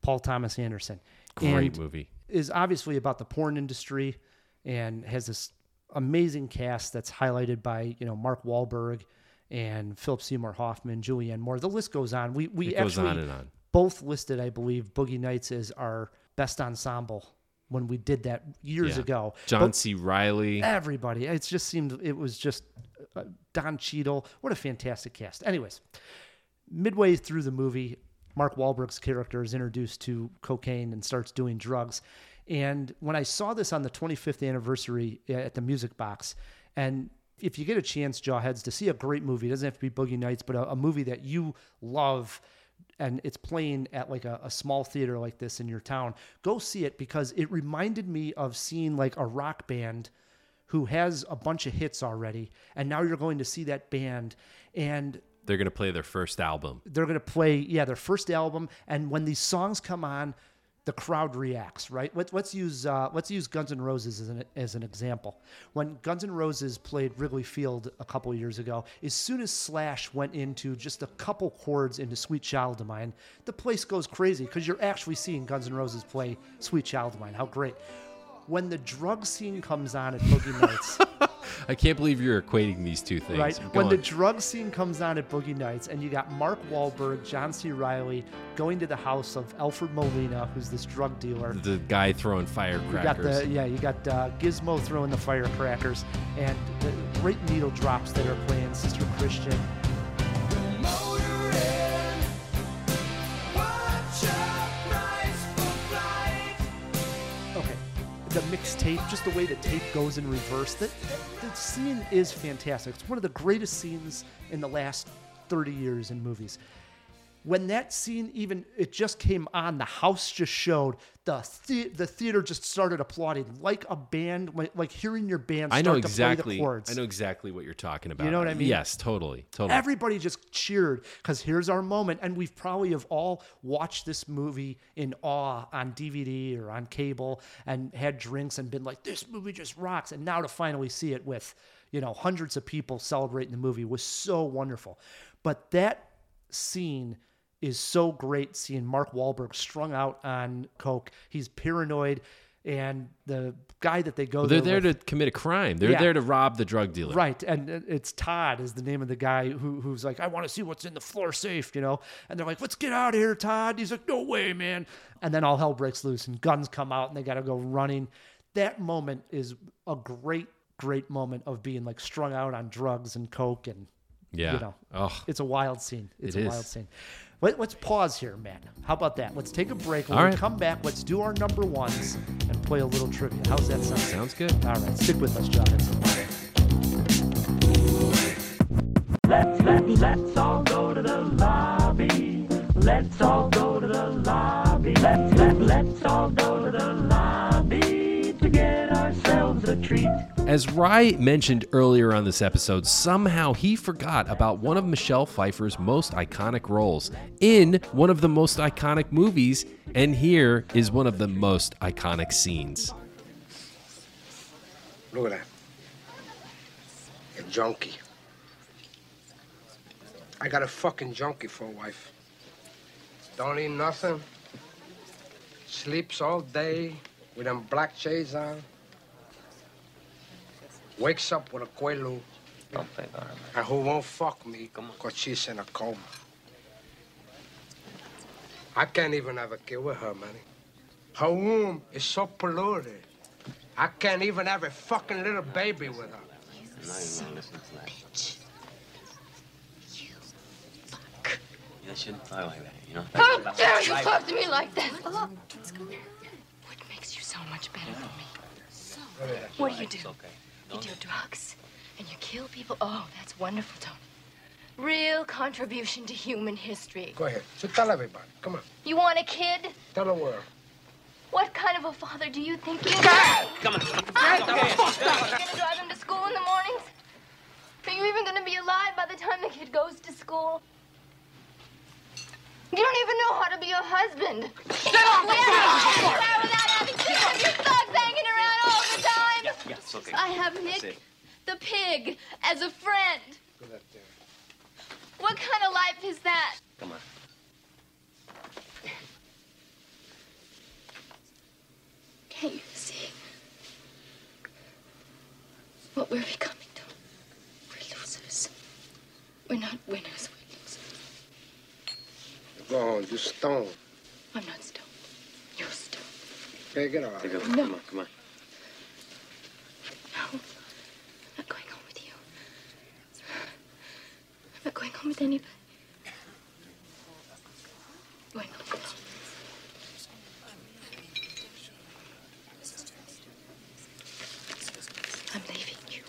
B: Paul Thomas Anderson.
A: Great
B: And
A: movie.
B: Is obviously about the porn industry and has this amazing cast that's highlighted by, you know, Mark Wahlberg and Philip Seymour Hoffman, Julianne Moore. The list goes on. We we
A: It goes
B: actually
A: on and on.
B: both listed, I believe, Boogie Nights as our best ensemble when we did that years
A: Yeah.
B: ago.
A: John C. Riley.
B: But everybody, it just seemed it was just uh, Don Cheadle. What a fantastic cast! Anyways, midway through the movie, Mark Wahlberg's character is introduced to cocaine and starts doing drugs. And when I saw this on the 25th anniversary uh, at the Music Box, and if you get a chance, Jawheads, to see a great movie, it doesn't have to be Boogie Nights, but a, a movie that you love and it's playing at like a, a small theater like this in your town, go see it because it reminded me of seeing like a rock band who has a bunch of hits already. And now you're going to see that band. And
A: They're going to play their first album.
B: they're going to play yeah their first album and when these songs come on the crowd reacts right Let, let's use uh, let's use guns N' roses as an, as an example when guns N' roses played wrigley field a couple years ago as soon as slash went into just a couple chords into sweet child of mine the place goes crazy because you're actually seeing guns N' roses play sweet child of mine how great when the drug scene comes on at boogie nights
A: I can't believe you're equating these two things.
B: Right?
A: Go
B: When the
A: on.
B: drug scene comes on at Boogie Nights, and you got Mark Wahlberg, John C. Riley going to the house of Alfred Molina, who's this drug dealer.
A: the guy throwing
B: You got
A: firecrackers.
B: the yeah, you got uh, Gizmo throwing the firecrackers, and the great needle drops that are playing. Sister Christian, Okay. The mixtape, just the way the tape goes in reverse, that the scene is fantastic. It's one of the greatest scenes in the last 30 years in movies. When that scene even it just came on, the house just showed the the, the theater just started applauding like a band, like, like hearing your band. Start
A: I know
B: To play
A: exactly.
B: the chords.
A: I know exactly what you're talking about.
B: know what I mean?
A: Yes, totally, totally.
B: Everybody just cheered because here's our moment, and we've probably have all watched this movie in awe on DVD or on cable, and had drinks and been like, "This movie just rocks!" And now to finally see it with, you know, hundreds of people celebrating the movie was so wonderful. But that scene is so great. Seeing Mark Wahlberg strung out on coke, he's paranoid, and the guy that they go
A: They're
B: there
A: there
B: with-
A: to commit a crime. They're
B: Yeah.
A: there to rob the drug dealer.
B: Right, and it- it's Todd is the name of the guy who who's like, I want to see what's in the floor safe, you know. And they're like, Let's get out of here, Todd. He's like, No way, man. And then all hell breaks loose and guns come out and they got to go running. That moment is a great, great moment of being like strung out on drugs and coke and
A: Yeah.
B: you know,
A: Oh.
B: it's a wild scene. It's
A: It
B: a
A: is.
B: wild scene. Let, us pause here, Matt. How about that? Let's take a break. When
A: All
B: we
A: right.
B: come back, let's do our number ones and play a little trivia. How's that sound?
A: Sounds good.
B: All right, stick with us, John.
A: As Rye mentioned earlier on this episode, somehow he forgot about one of Michelle Pfeiffer's most iconic roles in one of the most iconic movies, and here is one of the most iconic scenes.
E: Look at that. A junkie. I got a fucking junkie for a wife. Don't eat nothing. Sleeps all day with them black shades on. Wakes up with a quaalude. And who won't fuck me because she's in a coma. I can't even have a kid with her, man. Her womb is so polluted. I can't even have a fucking little baby with her.
J: I shouldn't fly like that, you know?
K: How dare you talk to me like that? Look, let's go here. What makes you so much better than me? So, what do you do? You do drugs and you kill people. Oh, that's wonderful, Tony. Real contribution to human history.
E: Go ahead. So tell everybody. Come on.
K: You want a kid?
E: Tell the world.
K: What kind of a father do you think you
E: Hey!
K: are?
E: Come on.
K: You're gonna drive him to school in the mornings? Are you even gonna be alive by the time the kid goes to school? You don't even know how to be a husband. Get off the Your thugs hanging around all the time.
J: Yeah, it's okay.
K: I have
J: That's
K: Nick
J: it.
K: the pig as a friend.
E: Good up there.
K: What kind of life is that?
J: Come on.
K: Can't you see what we're becoming to? We're losers. We're not winners, we're losers.
E: Go on. You stone.
K: I'm not stoned. You're stoned.
E: Okay, get out.
J: Take it off.
K: No.
J: Come on, come on.
K: No. I'm not going home with you. I'm not going home with anybody. Going home alone. I'm leaving you.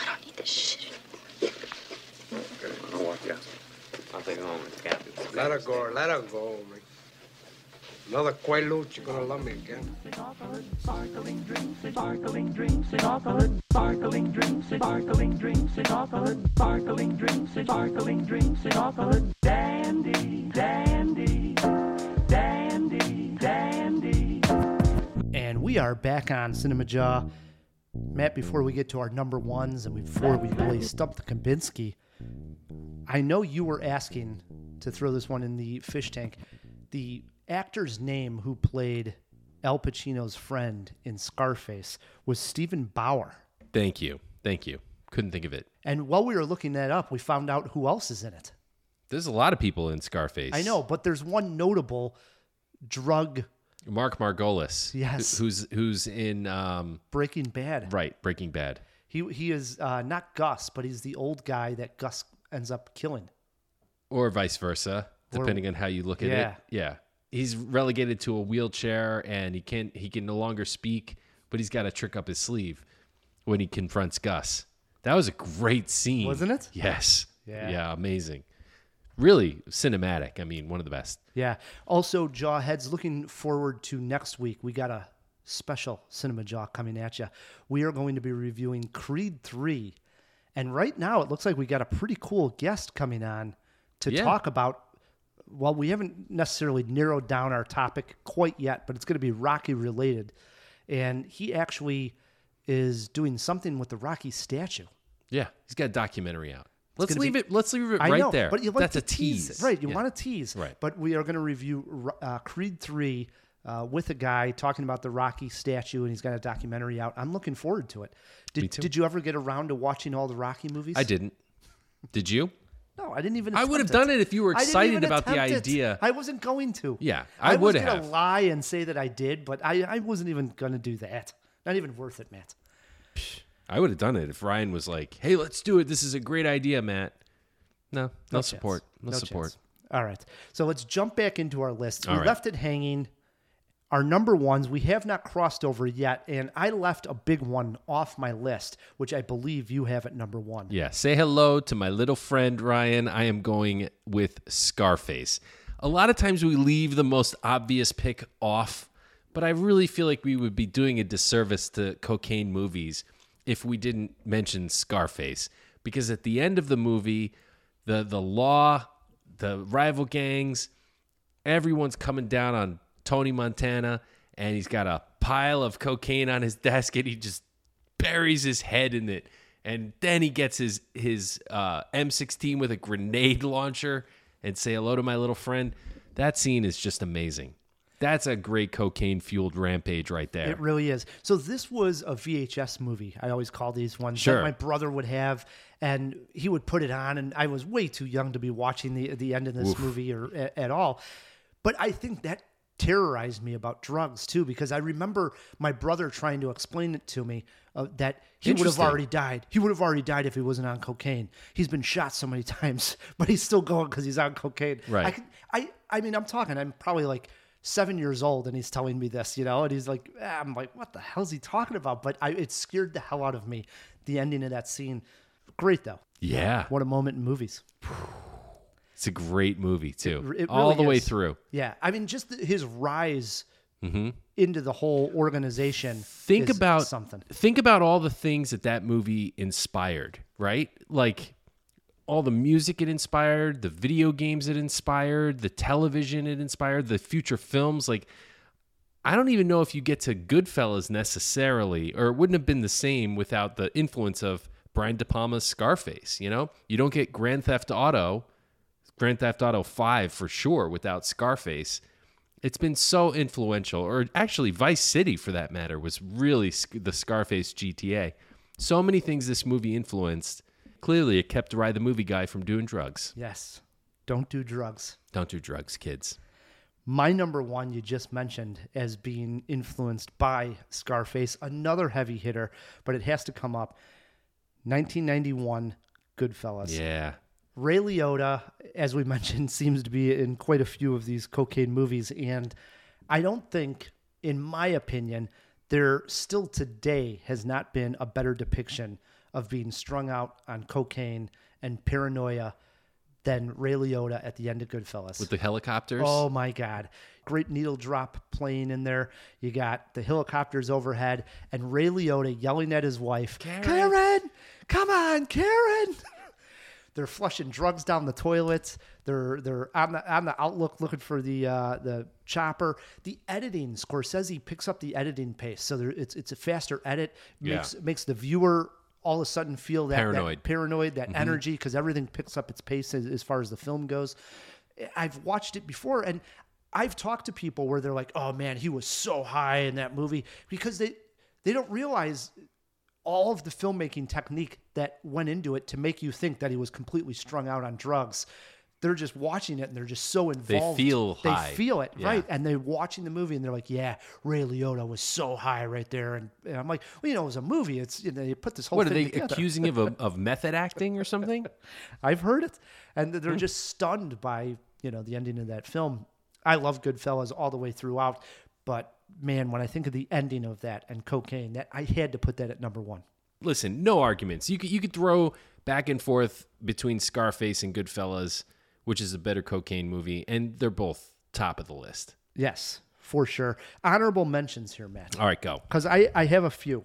K: I don't need this shit anymore.
J: Good. I'm gonna walk you out. I'll take it home with the captain.
E: Let her go. Let her go, man. Another Quaalude, you're gonna love me again.
B: And we are back on Cinema Jaw. Matt, before we get to our number ones and before we really stump the Kabinski, I know you were asking to throw this one in the fish tank. The actor's name who played Al Pacino's friend in Scarface was Stephen Bauer.
A: Thank you. Thank you. Couldn't think of it.
B: And while we were looking that up, we found out who else is in it.
A: There's a lot of people in Scarface.
B: I know, but there's one notable drug
A: Mark Margolis.
B: Yes.
A: who- Who's who's in um
B: Breaking Bad.
A: right, Breaking Bad.
B: He he is uh, not Gus, but he's the old guy that Gus ends up killing.
A: Or vice versa,
B: Or-
A: depending on how you look at
B: Yeah.
A: it. Yeah. He's relegated to a wheelchair and he can't he can no longer speak, but he's got a trick up his sleeve when he confronts Gus. That was a great scene.
B: Wasn't it?
A: Yes.
B: Yeah.
A: Yeah, amazing. Really cinematic. I mean, one of the best.
B: Yeah. Also, Jawheads, looking forward to next week. We got a special Cinema Jaw coming at you. We are going to be reviewing Creed 3. And right now, it looks like we got a pretty cool guest coming on to
A: Yeah.
B: talk about. Well, we haven't necessarily narrowed down our topic quite yet, but it's going to be Rocky related. And he actually is doing something with the Rocky statue.
A: Yeah. He's got a documentary out. Let's
B: gonna
A: leave
B: be-
A: it let's leave it
B: I
A: right
B: know,
A: there.
B: But you like
A: That's
B: to
A: a tease.
B: it. right? You
A: Yeah.
B: want to tease,
A: Right.
B: But we are going to review uh, Creed three uh, with a guy talking about the Rocky statue, and he's got a documentary out. I'm looking forward to it. Did,
A: Me too.
B: did you ever get around to watching all the Rocky movies?
A: I didn't. Did you?
B: No, I didn't even.
A: I would have
B: attempt
A: done it if you were
B: I didn't
A: excited
B: even
A: about the
B: attempt it.
A: idea.
B: I wasn't going to.
A: Yeah, I
B: was
A: would
B: gonna
A: have.
B: lie and say that I did, but I, I wasn't even going to do that. Not even worth it, Matt.
A: I would have done it if Ryan was like, "Hey, let's do it. This is a great idea, Matt." No, no,
B: chance.
A: support. No,
B: chance.
A: support.
B: All right. So let's jump back into our list. we
A: All right.
B: left it hanging. Our number ones, we have not crossed over yet, and I left a big one off my list, which I believe you have at number one.
A: Yeah, say hello to my little friend Ryan. I am going with Scarface. A lot of times we leave the most obvious pick off, but I really feel like we would be doing a disservice to cocaine movies if we didn't mention Scarface because at the end of the movie, the the law, the rival gangs, everyone's coming down on Tony Montana, and he's got a pile of cocaine on his desk, and he just buries his head in it. And then he gets his his uh, M16 with a grenade launcher and say hello to my little friend. That scene is just amazing. That's a great cocaine fueled rampage right there.
B: It really is. So this was a VHS movie. I always call these ones that
A: Sure.
B: my brother would have, and he would put it on, and I was way too young to be watching the the end of this movie or a- at all. But I think that terrorized me about drugs too, because I remember my brother trying to explain it to me uh, that he would have
A: Interesting.
B: already died. He would have already died if he wasn't on cocaine. He's been shot so many times, but he's still going because he's on cocaine.
A: Right.
B: I, could- I, I mean, I'm talking. I'm probably like seven years old, and he's telling me this, you know, and he's like, "Ah," I'm like, what the hell is he talking about? But I, it scared the hell out of me. The ending of that scene, great though.
A: Yeah.
B: What a moment in movies.
A: It's a great movie too,
B: It
A: all
B: really
A: the way
B: is.
A: through.
B: Yeah, I mean, just th- his rise into the whole organization.
A: Mm-hmm. Think
B: is
A: about
B: something.
A: Think about all the things that that movie inspired. Right, like all the music it inspired, the video games it inspired, the television it inspired, the future films. Like, I don't even know if you get to Goodfellas necessarily, or it wouldn't have been the same without the influence of Brian De Palma's Scarface. You know, you don't get Grand Theft Auto, Grand Theft Auto 5 for sure without Scarface. It's been so influential, or actually, Vice City for that matter was really sc- the Scarface GTA. So many things this movie influenced. Clearly, it kept Rye the movie guy from doing drugs.
B: Yes, don't do drugs.
A: Don't do drugs, kids.
B: My number one you just mentioned as being influenced by Scarface, another heavy hitter, but it has to come up. 1991 Goodfellas.
A: Yeah.
B: Ray Liotta, as we mentioned, seems to be in quite a few of these cocaine movies. And I don't think, in my opinion, there still today has not been a better depiction of being strung out on cocaine and paranoia than Ray Liotta at the end of Goodfellas.
A: With the helicopters.
B: Oh my God. Great needle drop playing in there. You got the helicopters overhead and Ray Liotta yelling at his wife, Karen, come on, Karen. They're flushing drugs down the toilets. They're they're on the on the outlook looking for the uh, the chopper. The editing, Scorsese picks up the editing pace, so there, it's it's a faster edit.
A: Yeah.
B: makes makes the viewer all of a sudden feel that that-
A: Paranoid. Mm-hmm.
B: that, paranoid, that energy, because everything picks up its pace as, as far as the film goes. I've watched it before, and I've talked to people where they're like, "Oh man, he was so high in that movie," because they they don't realize all of the filmmaking technique that went into it to make you think that he was completely strung out on drugs. They're just watching it and they're just so involved.
A: feel
B: They
A: high.
B: feel it,
A: Yeah.
B: right? And they're watching the movie and they're like, "Yeah, Ray Liotta was so high right there." And, and I'm like, "Well, you know, it was a movie. It's you know, you put this whole
A: What are
B: thing
A: they
B: together."
A: accusing him of, of method acting or something?
B: I've heard it, and they're just stunned by you know the ending of that film. I love Goodfellas all the way throughout, but man, when I think of the ending of that and cocaine, that I had to put that at number one.
A: Listen, no arguments. You could you could throw back and forth between Scarface and Goodfellas, which is a better cocaine movie, and they're both top of the list.
B: Yes, for sure. Honorable mentions here, Matt,
A: All right, go.
B: because I I have a few.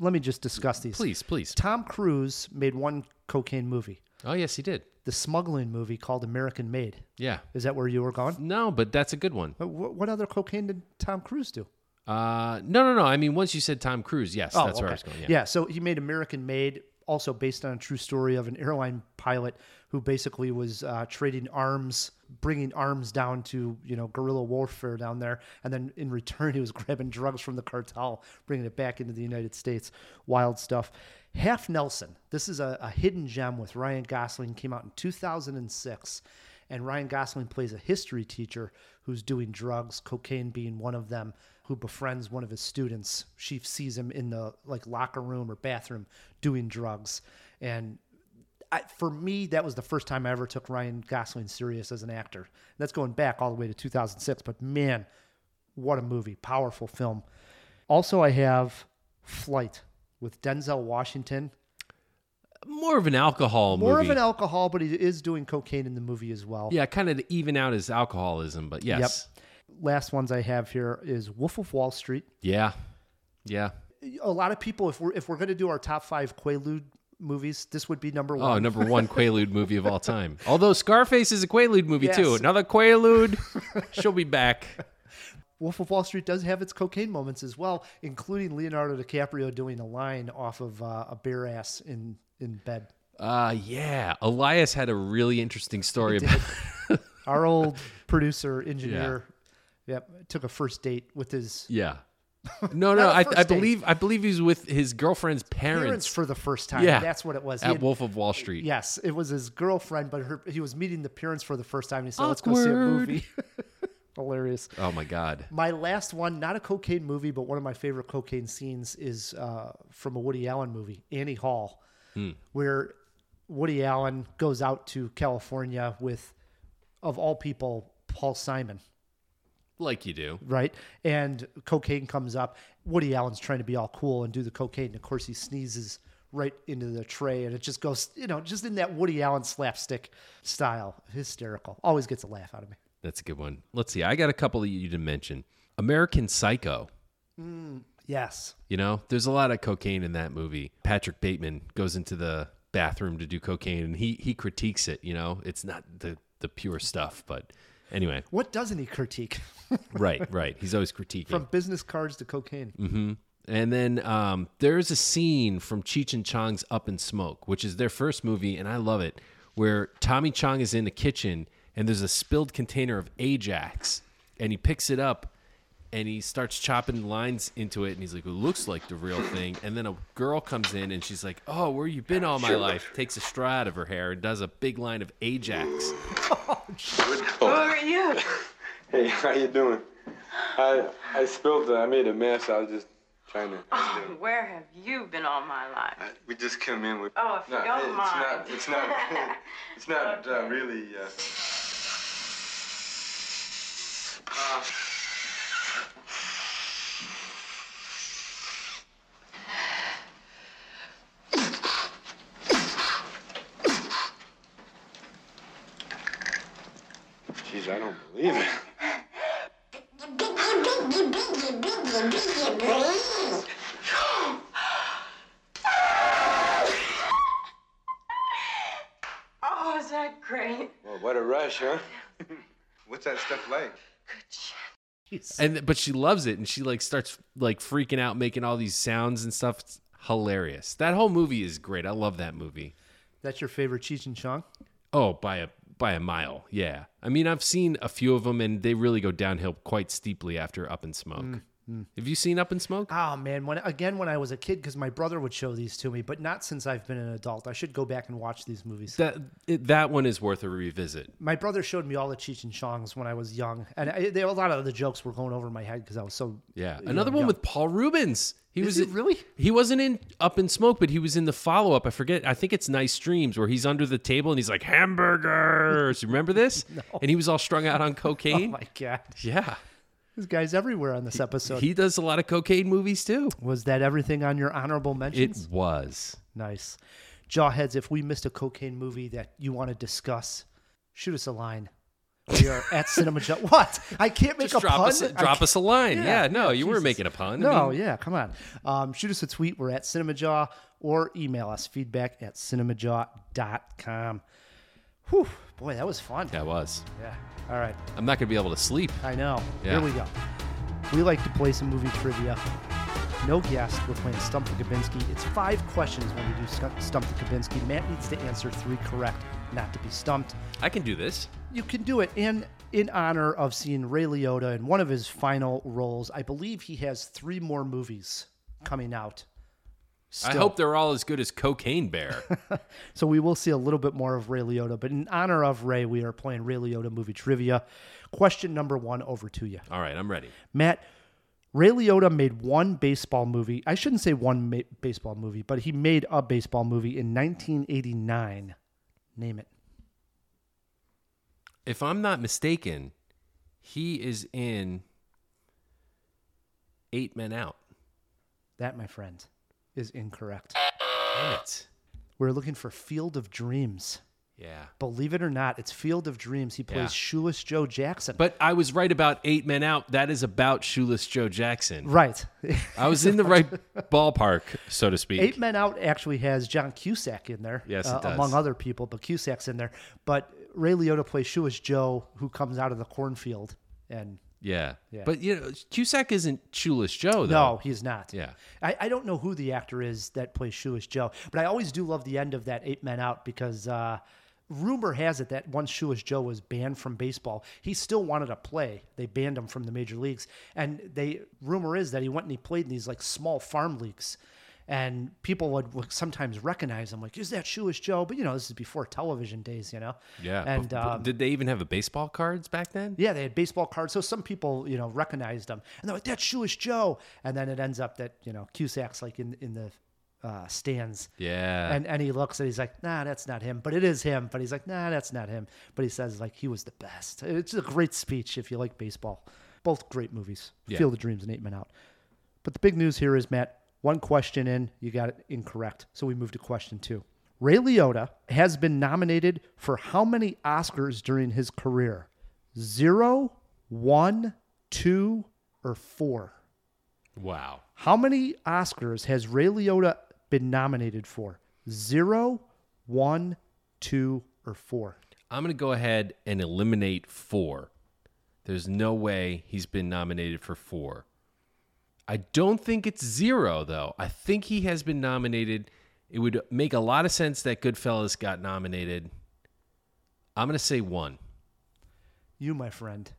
B: Let me just discuss these.
A: Please, please.
B: Tom Cruise made one cocaine movie,
A: Oh yes, he did.
B: the smuggling movie called American Made.
A: Yeah.
B: Is that where you were going?
A: No, but that's a good one.
B: But wh- What other cocaine did Tom Cruise do?
A: Uh, no, no, no. I mean, once you said Tom Cruise, yes,
B: Oh,
A: that's where I was going. Yeah.
B: so he made American Made, also based on a true story of an airline pilot who basically was uh, trading arms, bringing arms down to you know guerrilla warfare down there, and then in return he was grabbing drugs from the cartel, bringing it back into the United States. Wild stuff. Half Nelson. This is a, a hidden gem with Ryan Gosling. Came out in 2006. And Ryan Gosling plays a history teacher who's doing drugs, cocaine being one of them, who befriends one of his students. She sees him in the like locker room or bathroom doing drugs. And I, for me, that was the first time I ever took Ryan Gosling serious as an actor. That's going back all the way to 2006. But man, what a movie! Powerful film. Also, I have Flight with Denzel Washington.
A: More of an alcohol
B: More
A: movie.
B: of an alcohol, but he is doing cocaine in the movie as well.
A: yeah, kind of to even out his alcoholism, but yes.
B: last ones I have here is Wolf of Wall Street.
A: Yeah. Yeah.
B: A lot of people, if we're if we're gonna do our top five Quaalude movies, this would be number one.
A: Oh, number one Quaalude movie of all time. Although Scarface is a Quaalude movie too.
B: Yes.
A: Another Quaalude. She'll be back.
B: Wolf of Wall Street does have its cocaine moments as well, including Leonardo DiCaprio doing a line off of uh, a bear ass in in bed.
A: Uh, yeah. Elias had a really interesting story about.
B: Our old producer engineer, yep, took a first date with his
A: Yeah. No, no.
B: a
A: I,
B: first
A: I
B: date.
A: believe I believe he was with his girlfriend's
B: parents
A: parents.
B: for the first time.
A: yeah,
B: that's what it was. He
A: at
B: had-
A: Wolf of Wall Street.
B: Yes, it was his girlfriend, but her, he was meeting the parents for the first time. And he said, "Let's go see a
A: Awkward.
B: movie." Hilarious.
A: Oh my god.
B: My last one, not a cocaine movie, but one of my favorite cocaine scenes is uh, from a Woody Allen movie, Annie Hall,
A: Hmm.
B: where Woody Allen goes out to California with, of all people, Paul Simon
A: Like you do.
B: right? And cocaine comes up. Woody Allen's trying to be all cool and do the cocaine. And of course, he sneezes right into the tray and it just goes, you know, just in that Woody Allen slapstick style. Hysterical. Always gets a laugh out of me.
A: That's a good one. Let's see. I got a couple that you didn't mention. American Psycho.
B: Yes.
A: You know, there's a lot of cocaine in that movie. Patrick Bateman goes into the bathroom to do cocaine and he he critiques it, you know. It's not the the pure stuff, but anyway.
B: What doesn't he critique?
A: Right, right. He's always critiquing.
B: From business cards to cocaine.
A: Mm. and then um, there's a scene from Cheech and Chong's Up in Smoke, which is their first movie and I love it, where Tommy Chong is in the kitchen and there's a spilled container of Ajax and he picks it up and he starts chopping lines into it and he's like it looks like the real thing and then a girl comes in and she's like oh where you been all my life takes a straw out of her hair and does a big line of ajax
J: Who are you? hey, how you doing? I I spilled. uh, I made a mess. I was just trying to.
L: Oh, Where have you been all my life?
J: I- we just came in with.
L: Oh, if you don't
J: it's
L: mind.
J: not. It's not. it's not uh, really. Uh, uh, Jeez, I don't believe it.
L: Oh, is that great?
J: Well, what a rush, huh? What's that stuff like?
A: and but she loves it and she like starts like freaking out making all these sounds and stuff it's hilarious that whole movie is great i love that movie
B: That's your favorite Cheech and Chong?
A: oh by a by a mile yeah i mean i've seen a few of them and they really go downhill quite steeply after up in smoke have you seen up in smoke
B: Oh man, when again when I was a kid because my brother would show these to me, but not since I've been an adult. I should go back and watch these movies.
A: that it, that one is worth a revisit
B: my brother showed me all the Cheech and Chongs when I was young, and I, they, a lot of the jokes were going over my head because I was so
A: yeah
B: you know,
A: another one
B: young.
A: with paul rubens he
B: Is
A: was
B: he
A: in-
B: really?
A: he wasn't in up in smoke but he was in the follow-up i forget i think it's nice dreams where he's under the table and he's like hamburgers You remember this and he was all strung out on
B: Oh
A: cocaine
B: my god,
A: yeah
B: this guy's everywhere on this episode.
A: He does a lot of cocaine movies too.
B: was that everything on your honorable mentions?
A: It was.
B: nice, Jawheads. If we missed a cocaine movie that you want to discuss, shoot us a line. We are at Cinema Joe. What? I can't make
A: Just
B: a
A: drop
B: pun.
A: us,
B: I
A: drop us a line. Yeah, no, you were
B: Jesus.
A: making a pun. I
B: No,
A: mean,
B: yeah, come on. Um, shoot us a tweet. We're at Cinemajaw or email us feedback at cinemajaw.com. Whew, boy, that was fun.
A: that was.
B: Yeah. All right.
A: I'm not gonna be able to sleep.
B: I know.
A: Yeah.
B: Here we go. We like to play some movie trivia. No guest. We're playing Stump the Kabinski. It's five questions when we do scu- Stump the Kabinski. Matt needs to answer three correct, not to be stumped.
A: I can do this.
B: You can do it. And in honor of seeing Ray Liotta in one of his final roles, I believe he has three more movies coming out.
A: I
B: Still.
A: hope they're all as good as Cocaine Bear.
B: So we will see a little bit more of Ray Liotta. But in honor of Ray, we are playing Ray Liotta movie trivia. Question number one over to you.
A: all right, I'm ready.
B: Matt, Ray Liotta made one baseball movie. I shouldn't say one ma- baseball movie, but he made a baseball movie in 1989. Name it.
A: If I'm not mistaken, he is in Eight Men Out.
B: That, my friend, is incorrect.
A: Damn it.
B: We're looking for Field of Dreams.
A: Yeah.
B: Believe it or not, it's Field of Dreams. He plays
A: Yeah.
B: Shoeless Joe Jackson.
A: But I was right about Eight Men Out. That is about Shoeless Joe Jackson.
B: right.
A: I was in the right ballpark, so to speak.
B: Eight Men Out actually has John Cusack in there, uh,
A: Yes, it does.
B: among other people, but Cusack's in there. But Ray Liotta plays Shoeless Joe, who comes out of the cornfield. And
A: Yeah.
B: Yeah.
A: But you know, Cusack isn't Shoeless Joe though.
B: no, he's not.
A: Yeah.
B: I, I don't know who the actor is that plays Shoeless Joe, but I always do love the end of that Eight Men Out because uh, rumor has it that once Shoeless Joe was banned from baseball, he still wanted to play. They banned him from the major leagues, and they rumor is that he went and he played in these like small farm leagues, and people would, would sometimes recognize them, like, "Is that Shoeless Joe?" But you know, this is before television days, you know.
A: Yeah.
B: And
A: bef-
B: um,
A: did they even have a baseball cards back then?
B: yeah, they had baseball cards, so some people you know recognized them, and they're like, "That's Shoeless Joe," and then it ends up that you know Cusack's like in in the uh, stands.
A: Yeah.
B: And and he looks and he's like, nah, that's not him, but it is him. But he's like, nah, that's not him. But he says like he was the best. It's a great speech if you like baseball. Both great movies.
A: Yeah.
B: Field of Dreams and Eight Men Out. But the big news here is Matt. One question in, you got it incorrect. So we move to question two. Ray Liotta has been nominated for how many Oscars during his career? Zero, one, two, or four?
A: Wow.
B: How many Oscars has Ray Liotta been nominated for? Zero, one, two, or four?
A: I'm going to go ahead and eliminate four. There's no way he's been nominated for four. I don't think it's zero, though. I think he has been nominated. It would make a lot of sense that Goodfellas got nominated. I'm going to say one.
B: You, my friend,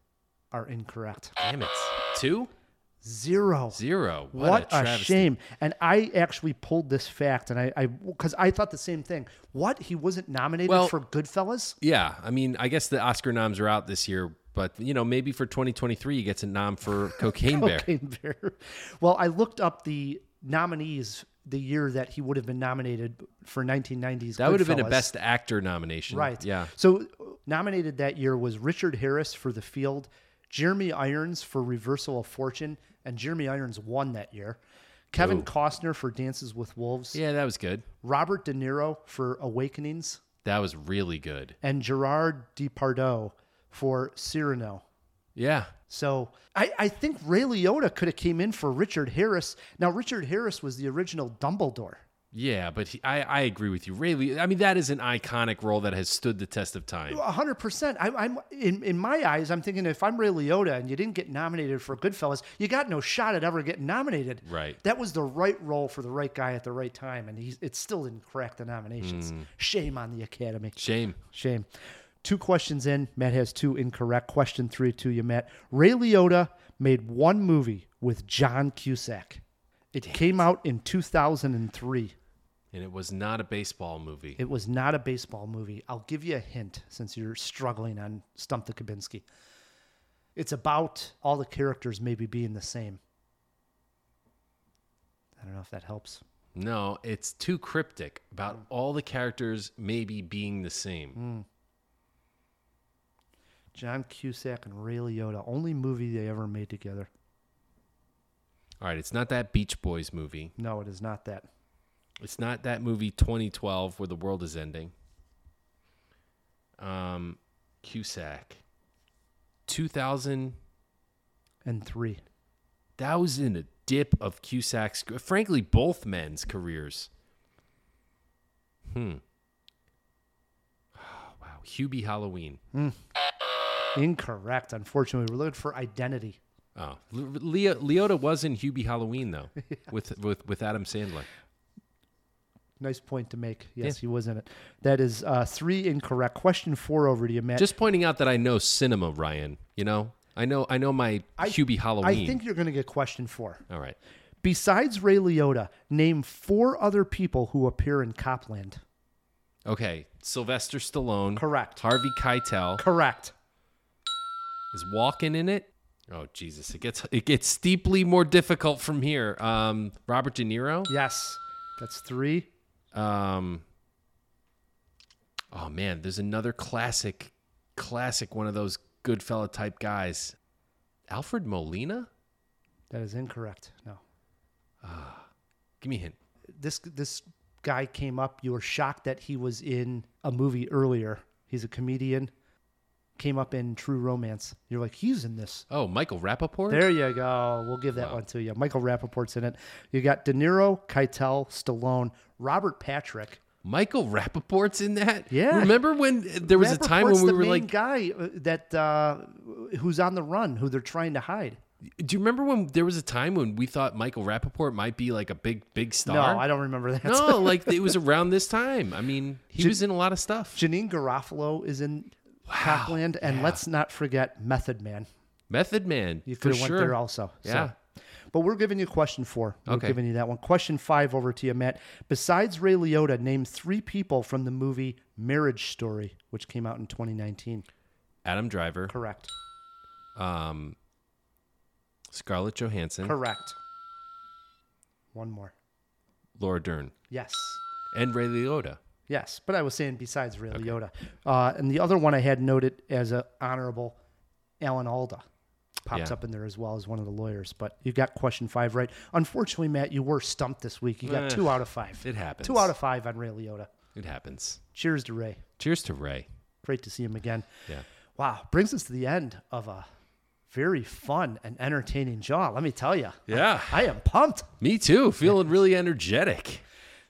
B: are incorrect.
A: Damn it. Two?
B: Zero.
A: Zero. What,
B: What,
A: a,
B: a,
A: travesty.
B: shame. And I actually pulled this fact, and I, I, because I thought the same thing. What? He wasn't nominated
A: Well-
B: for Goodfellas?
A: Yeah, I mean, I guess the Oscar noms are out this year, but you know, maybe for 2023 he gets a nom for Cocaine Bear.
B: Cocaine Bear. Well, I looked up the nominees the year that he would have been nominated for 1990s.
A: That would have been a
B: Goodfellas.
A: Best Actor nomination,
B: Right.
A: Yeah,
B: So uh, nominated that year was Richard Harris for The Field, Jeremy Irons for Reversal of Fortune, and Jeremy Irons won that year. Kevin
A: Ooh.
B: Costner for Dances with Wolves,
A: yeah, that was good.
B: Robert De Niro for Awakenings,
A: That was really good.
B: and Gerard Depardieu for Cyrano.
A: Yeah,
B: So I, I think Ray Liotta could have came in for Richard Harris. Now Richard Harris was the original Dumbledore.
A: yeah, but he, I I agree with you. Really, I mean, that is an iconic role that has stood the test of time.
B: A hundred percent. I- I'm in in my eyes. I'm thinking if I'm Ray Liotta and you didn't get nominated for Goodfellas, you got no shot at ever getting nominated.
A: Right.
B: That was the right role for the right guy at the right time, and he's it still didn't crack the nominations. Shame on the Academy.
A: Shame.
B: Shame. Two questions in. Matt has two incorrect. Question three to you, Matt. Ray Liotta made one movie with John Cusack. It came out in 2003.
A: And it was not a baseball movie.
B: It was not a baseball movie. I'll give you a hint since you're struggling on Stump the Kabinski. It's about all the characters maybe being the same. I don't know if that helps.
A: No, it's too cryptic about all the characters maybe being the same.
B: John Cusack and Ray Liotta, only movie they ever made together.
A: All right, it's not that Beach Boys movie.
B: No, it is not that.
A: It's not that movie 2012 where the world is ending. Um, Cusack. 2000.
B: And three.
A: That was in a dip of Cusack's, frankly, both men's careers. Hmm. Oh, wow. Hubie Halloween.
B: Incorrect, unfortunately. We're looking for identity.
A: Oh, L- Leo, Leota was in Hubie Halloween though, with with with Adam Sandler.
B: Nice point to make. Yes,
A: Yeah.
B: he was in it. That is uh, three incorrect. Question four over to you, Matt.
A: Just pointing out that I know cinema, Ryan. You know, I know I know my Hubie Halloween.
B: I think you're going to get question four.
A: All right.
B: Besides Ray Liotta, name four other people who appear in Copland.
A: Okay, Sylvester Stallone.
B: Correct.
A: Harvey Keitel
B: Correct.
A: is walking in it. Oh Jesus, it gets it gets steeply more difficult from here. Um, Robert De Niro.
B: Yes. That's three.
A: Um, oh man, there's another classic, classic one of those good fella type guys. Alfred Molina.
B: That is incorrect. No.
A: Give me a hint.
B: This this guy came up. You were shocked that he was in a movie earlier. He's a comedian. Came up in True Romance. You're like, he's in this.
A: Oh, Michael Rappaport.
B: There you go. We'll give that one to you. Michael Rappaport's in it. You got De Niro, Keitel, Stallone, Robert Patrick.
A: Michael Rappaport's in that.
B: Yeah.
A: Remember when there was a time when
B: Rappaport's
A: we
B: the
A: were
B: main
A: like,
B: guy uh, that uh, who's on the run, who they're trying to hide.
A: do you remember when there was a time when we thought Michael Rappaport might be like a big, big star?
B: No, I don't remember that.
A: No, like it was around this time. I mean, he was in a lot of stuff.
B: Janine Garofalo is in Copland, and let's not forget Method Man.
A: Method Man,
B: You
A: for
B: could have
A: sure.
B: went there also. So,
A: Yeah.
B: But we're giving you question four. We're
A: Okay.
B: giving you that one. Question five over to you, Matt. Besides Ray Liotta, name three people from the movie Marriage Story, which came out in 2019.
A: Adam Driver.
B: Correct.
A: Um, Scarlett Johansson.
B: Correct. One more.
A: Laura Dern.
B: Yes.
A: And Ray Liotta.
B: Yes, but I was saying besides Ray Liotta, uh, and the other one I had noted as an honorable, Alan Alda, pops
A: Yeah.
B: up in there as well as one of the lawyers. But you got question five right. Unfortunately, Matt, you were stumped this week. You got
A: Eh,
B: two out of five.
A: it happens.
B: Two out of five on Ray Liotta.
A: It happens.
B: Cheers to Ray.
A: Cheers to Ray.
B: Great to see him again.
A: Yeah.
B: Wow, brings us to the end of a very fun and entertaining jaw. Let me tell you.
A: Yeah.
B: I am pumped.
A: Me too. Feeling really energetic.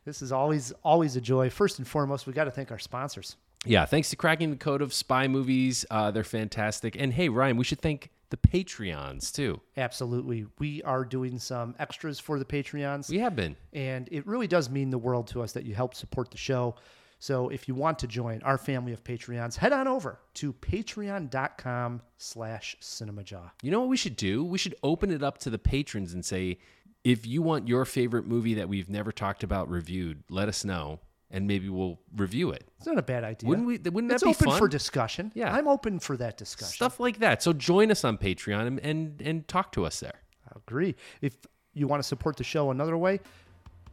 B: This is always always a joy. First and foremost, we got to thank our sponsors.
A: Yeah, thanks to cracking the code of spy movies, uh, they're fantastic. And hey, Ryan, we should thank the Patreons too.
B: Absolutely. We are doing some extras for the Patreons.
A: We have been.
B: And it really does mean the world to us that you help support the show. So if you want to join our family of Patreons, head on over to patreon.com slash cinemajaw.
A: You know what we should do? We should open it up to the patrons and say, if you want your favorite movie that we've never talked about reviewed, let us know, and maybe we'll review it.
B: It's not a bad idea.
A: Wouldn't we- wouldn't that
B: it's
A: be
B: open
A: fun?
B: for discussion. Yeah. I'm open for that discussion.
A: Stuff like that. So join us on Patreon and and, and talk to us there.
B: I agree. If you want to support the show another way,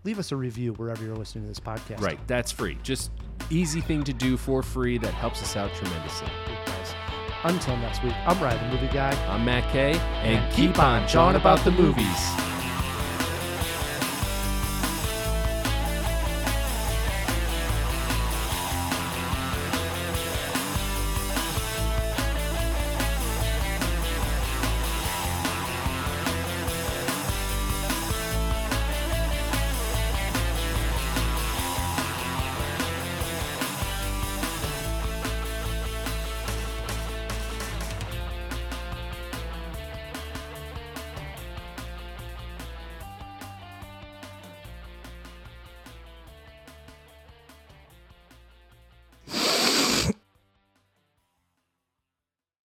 B: leave us a review wherever you're listening to this podcast.
A: Right, that's free. Just easy thing to do for free that helps us out tremendously.
B: Until next week, I'm Ryan, the movie guy.
A: I'm Matt Kay, and
B: keep on jawing about the movies.